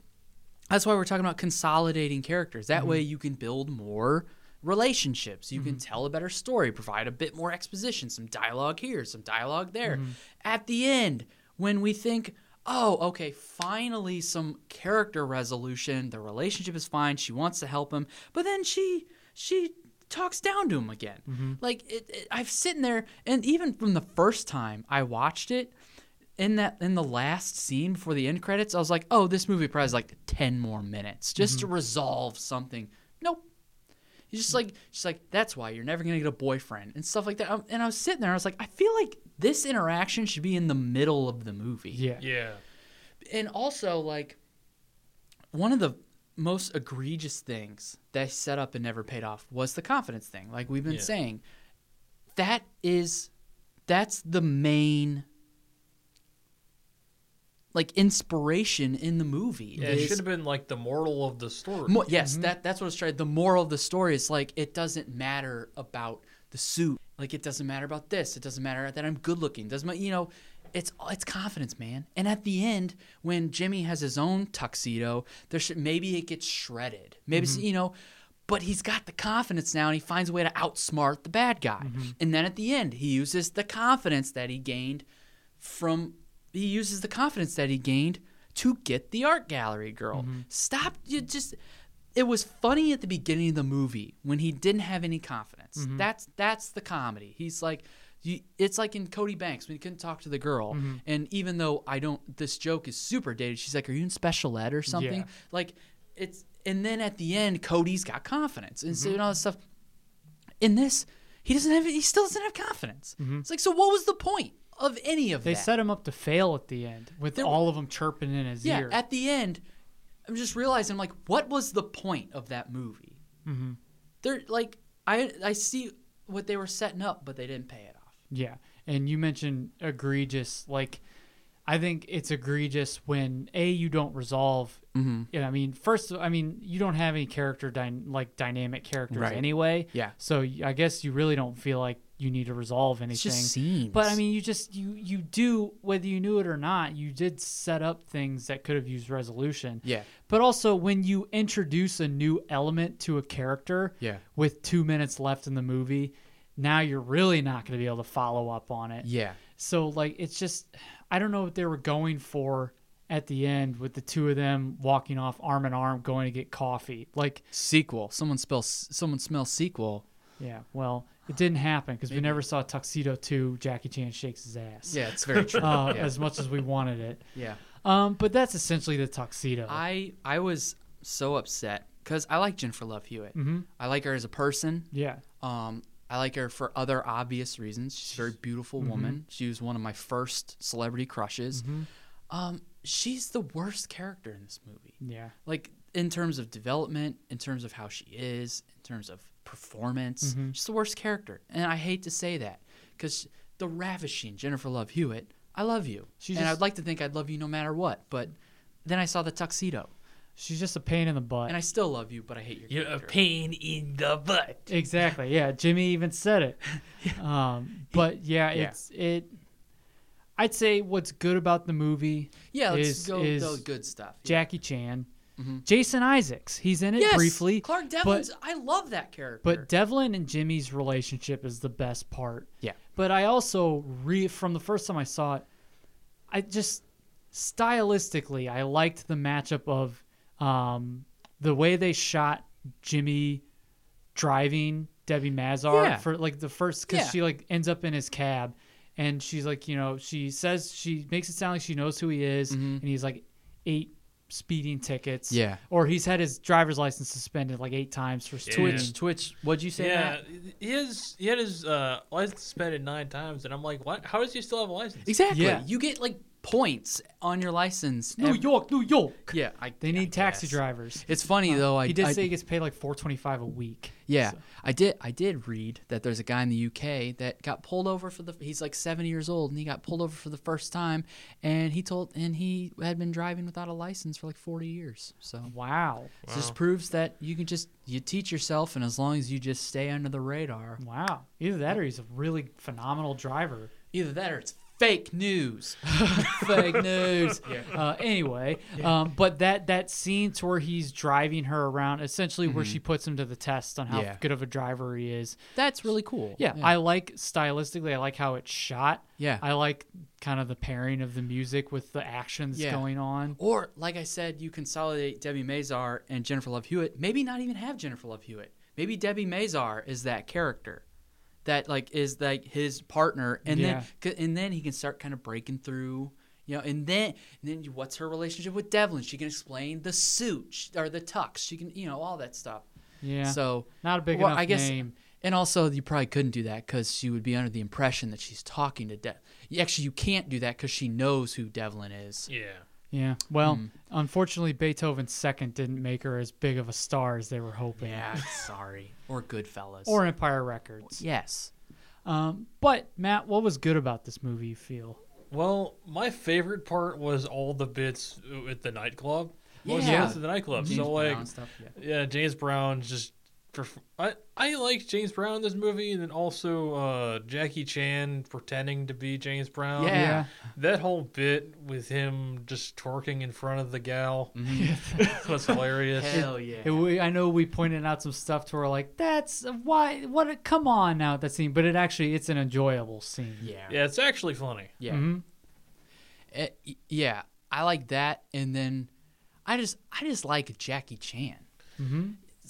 That's why we're talking about consolidating characters. That way you can build more relationships. You can tell a better story. Provide a bit more exposition. Some dialogue here. Some dialogue there. At the end, when we think. Oh, okay. Finally, some character resolution. The relationship is fine. She wants to help him, but then she she talks down to him again. Like it, it, I've sitting there, and even from the first time I watched it, in that in the last scene before the end credits, I was like, "Oh, this movie probably has like ten more minutes just to resolve something." Nope. He's just like, she's like, that's why you're never gonna get a boyfriend and stuff like that. Um, And I was sitting there, I was like, I feel like this interaction should be in the middle of the movie yeah. yeah. and also like one of the most egregious things that I set up and never paid off was the confidence thing. Like we've been Yeah. saying, that is that's the main like inspiration in the movie. Yeah, it is- should have been like the moral of the story. Mo- yes, that that's what I was trying. The moral of the story is like it doesn't matter about the suit. Like it doesn't matter about this. It doesn't matter that I'm good looking. Doesn't matter, you know. It's it's confidence, man. And at the end, when Jimmy has his own tuxedo, there should maybe it gets shredded. Maybe it's- you know, but he's got the confidence now, and he finds a way to outsmart the bad guy. And then at the end, he uses the confidence that he gained from he uses the confidence that he gained to get the art gallery girl. Mm-hmm. Stop you just it was funny at the beginning of the movie when he didn't have any confidence. Mm-hmm. That's that's the comedy. He's like you, it's like in Cody Banks when he couldn't talk to the girl, Mm-hmm. and even though I don't, this joke is super dated. She's like, "Are you in special ed or something?" Yeah. Like, it's and then at the end, Cody's got confidence and Mm-hmm. so and all this stuff in this, he doesn't have. He still doesn't have confidence. It's like, so what was the point of any of Mm-hmm. They that? set him up to fail at the end with There- all of them chirping in his yeah. ear. At the end, I'm just realizing, like, what was the point of that movie? Mm-hmm. They're like, I I see what they were setting up, but they didn't pay it off. Yeah. And you mentioned egregious. Like, I think it's egregious when A, you don't resolve. Mm-hmm. Yeah, I mean, first, I mean, you don't have any character, dy- like, dynamic characters Right. anyway. Yeah. So y- I guess you really don't feel like you need to resolve anything. just scenes. But I mean, you just, you, you do, whether you knew it or not, you did set up things that could have used resolution. Yeah. But also, when you introduce a new element to a character Yeah. with two minutes left in the movie, now you're really not going to be able to follow up on it. Yeah. So, like, it's just, I don't know what they were going for at the end with the two of them walking off arm in arm going to get coffee. Like, Sequel. Someone spells. Someone smells sequel. yeah, well, it didn't happen because we never saw Tuxedo 2 Jackie Chan shakes his ass. Yeah, it's very true. Uh, As much as we wanted it. yeah. Um, but that's essentially the tuxedo. I I was so upset because I like Jennifer Love Hewitt. I like her as a person. yeah. Um, I like her for other obvious reasons. She's a very beautiful mm-hmm. woman. She was one of my first celebrity crushes. Um, she's the worst character in this movie. Yeah. Like in terms of development, in terms of how she is, in terms of performance, Mm-hmm. she's the worst character. And I hate to say that because the ravishing Jennifer Love Hewitt, I love you, She and just- I'd like to think I'd love you no matter what. But then I saw the tuxedo, She's just a pain in the butt. and I still love you, but I hate uh, your You're a character. pain in the butt. Exactly. Yeah, Jimmy even said it. Um, but yeah, it's it. I'd say what's good about the movie. yeah, let's is, go is the good stuff. Yeah. Jackie Chan, Jason Isaacs. He's in it briefly. Clark Devlin's. I love that character. But, but Devlin and Jimmy's relationship is the best part. yeah, But I also re from the first time I saw it, I just stylistically I liked the matchup of um, the way they shot Jimmy driving Debbie Mazar Yeah. for like the first because Yeah. she like ends up in his cab and she's like you know she says she makes it sound like she knows who he is and he's like eight speeding tickets Mm-hmm. Yeah. or he's had his driver's license suspended like eight times for speeding. Twitch, Twitch. What'd you say? Yeah, Matt? he is. He had his uh, license suspended nine times, and I'm like, what? How does he still have a license? exactly. Yeah. You get like points on your license. New ev- York, New York. Yeah, I, They need I taxi guess. drivers. It's funny though. I Uh, he did I, say he gets paid like four twenty five a week. Yeah, I did. I did read that there's a guy in the UK that got pulled over for the. He's like 70 years old, and he got pulled over for the first time, and he told, and he had been driving without a license for like 40 years. So Wow. it just proves that you can just you teach yourself, and as long as you just stay under the radar, Wow. Either that or he's a really phenomenal driver. Either that or it's fake news. fake news. Uh, anyway, um, but that that scene to where he's driving her around, essentially where she puts him to the test on how Yeah. good of a driver he is. That's really cool. Yeah, I like stylistically. I like how it's shot. Yeah. I like kind of the pairing of the music with the action that's Yeah. going on. or like I said, you consolidate Debbie Mazar and Jennifer Love Hewitt. Maybe not even have Jennifer Love Hewitt. Maybe Debbie Mazar is that character. That like is like his partner, and then Yeah. c- and then he can start kind of breaking through, you know. And then and then you- what's her relationship with Devlin? She can explain the suit sh- or the tux. She can you know all that stuff. Yeah. So Not a big enough name. And also, you probably couldn't do that because she would be under the impression that she's talking to Dev. Actually, you can't do that because she knows who Devlin is. Yeah. Yeah. Well, unfortunately, Beethoven's Second didn't make her as big of a star as they were hoping. Yeah, sorry. Or Goodfellas. Or Empire Records. yes. Um, but Matt, what was good about this movie? You feel? Well, my favorite part was all the bits at the nightclub. What was Yeah. the bits at the nightclub? James so like, Brown stuff, yeah. James Brown just. perf- I I like James Brown in this movie, and then also uh, Jackie Chan pretending to be James Brown. Yeah. Yeah. that whole bit with him just twerking in front of the gal was hilarious. Mm-hmm. Hell yeah. It- we- I know we pointed out some stuff to her, like that's why. What? a- Come on now, that scene. But it actually, it's an enjoyable scene. yeah. Yeah, it's actually funny. Yeah. Mhm. Eh, y- yeah. I like that and then I just I just like Jackie Chan.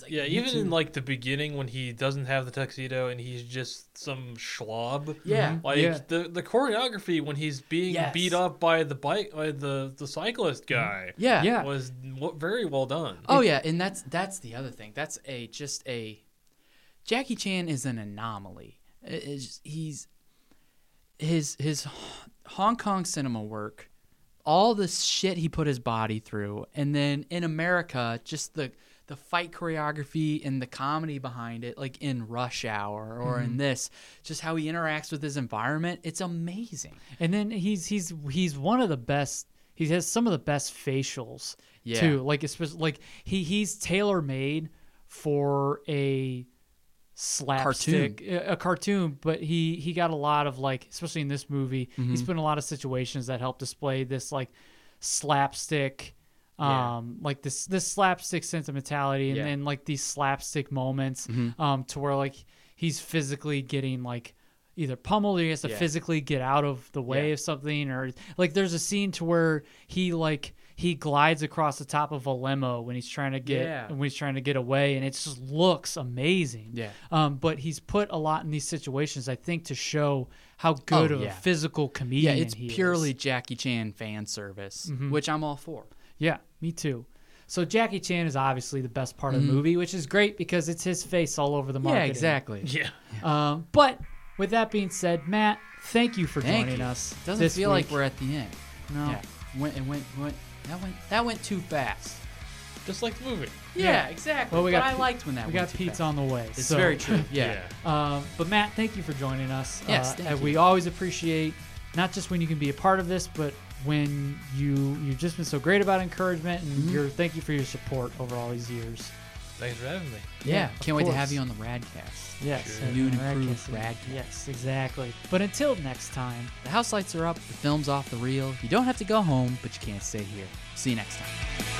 Yeah, even in like the beginning when he doesn't have the tuxedo and he's just some schlob. Yeah. Like Yeah. the the choreography when he's being Yes. Mm-hmm. beat up by the bike by the the cyclist guy. Yeah. Yeah. was w- very well done. Oh yeah, and that's that's the other thing. That's a just a Jackie Chan is an anomaly. It- it's just- he's his his Ho- Hong Kong cinema work, all the shit he put his body through, and then in America, just the the fight choreography and the comedy behind it, like in Rush Hour or Mm-hmm. in this, just how he interacts with his environment. It's amazing. And then he's he's he's one of the best. He has some of the best facials Yeah. too. Like especially like he he's tailor made for a slapstick a a cartoon but he he got a lot of like especially in this movie he's been in a lot of situations that help display this like slapstick um like this this slapstick sentimentality and Yeah. Mm-hmm. then like these slapstick moments um to where like he's physically getting like either pummeled or he has to Yeah. physically get out of the way Yeah. of something or like there's a scene to where he like he glides across the top of a limo when he's trying to get Yeah. when he's trying to get away and it just looks amazing Yeah. um but he's put a lot in these situations i think to show how good Oh, of yeah. a physical Yeah, comedian it's he is. Mm-hmm. purely Jackie Chan fan service, which I'm all for. Yeah, me too. So Jackie Chan is obviously the best part of the movie, which is great because it's his face all over the market. Mm-hmm. Yeah, exactly. yeah. Um, but with that being said, Matt, thank you for Thank joining you. us. Doesn't this feel week. like we're at the end. No. Yeah. Went, it went, went, that went, that went too fast. Just like the movie. Yeah, exactly. Well, we but got I pe- liked when that we went got too Pete's fast. on the way. It's so- very true. Yeah. Um, but Matt, thank you for joining us. Uh, Yes, thank and you. we always appreciate not just when you can be a part of this, but when you you've just been so great about encouragement and Mm-hmm. your thank you for your support over all these years. Thanks for having me. Yeah. Yeah, of Can't wait to have course. you on the Radcast. Yes, New and Radcast, improved yeah. Radcast. Yes, exactly. But until next time. The house lights are up, the film's off the reel. You don't have to go home, but you can't stay here. See you next time.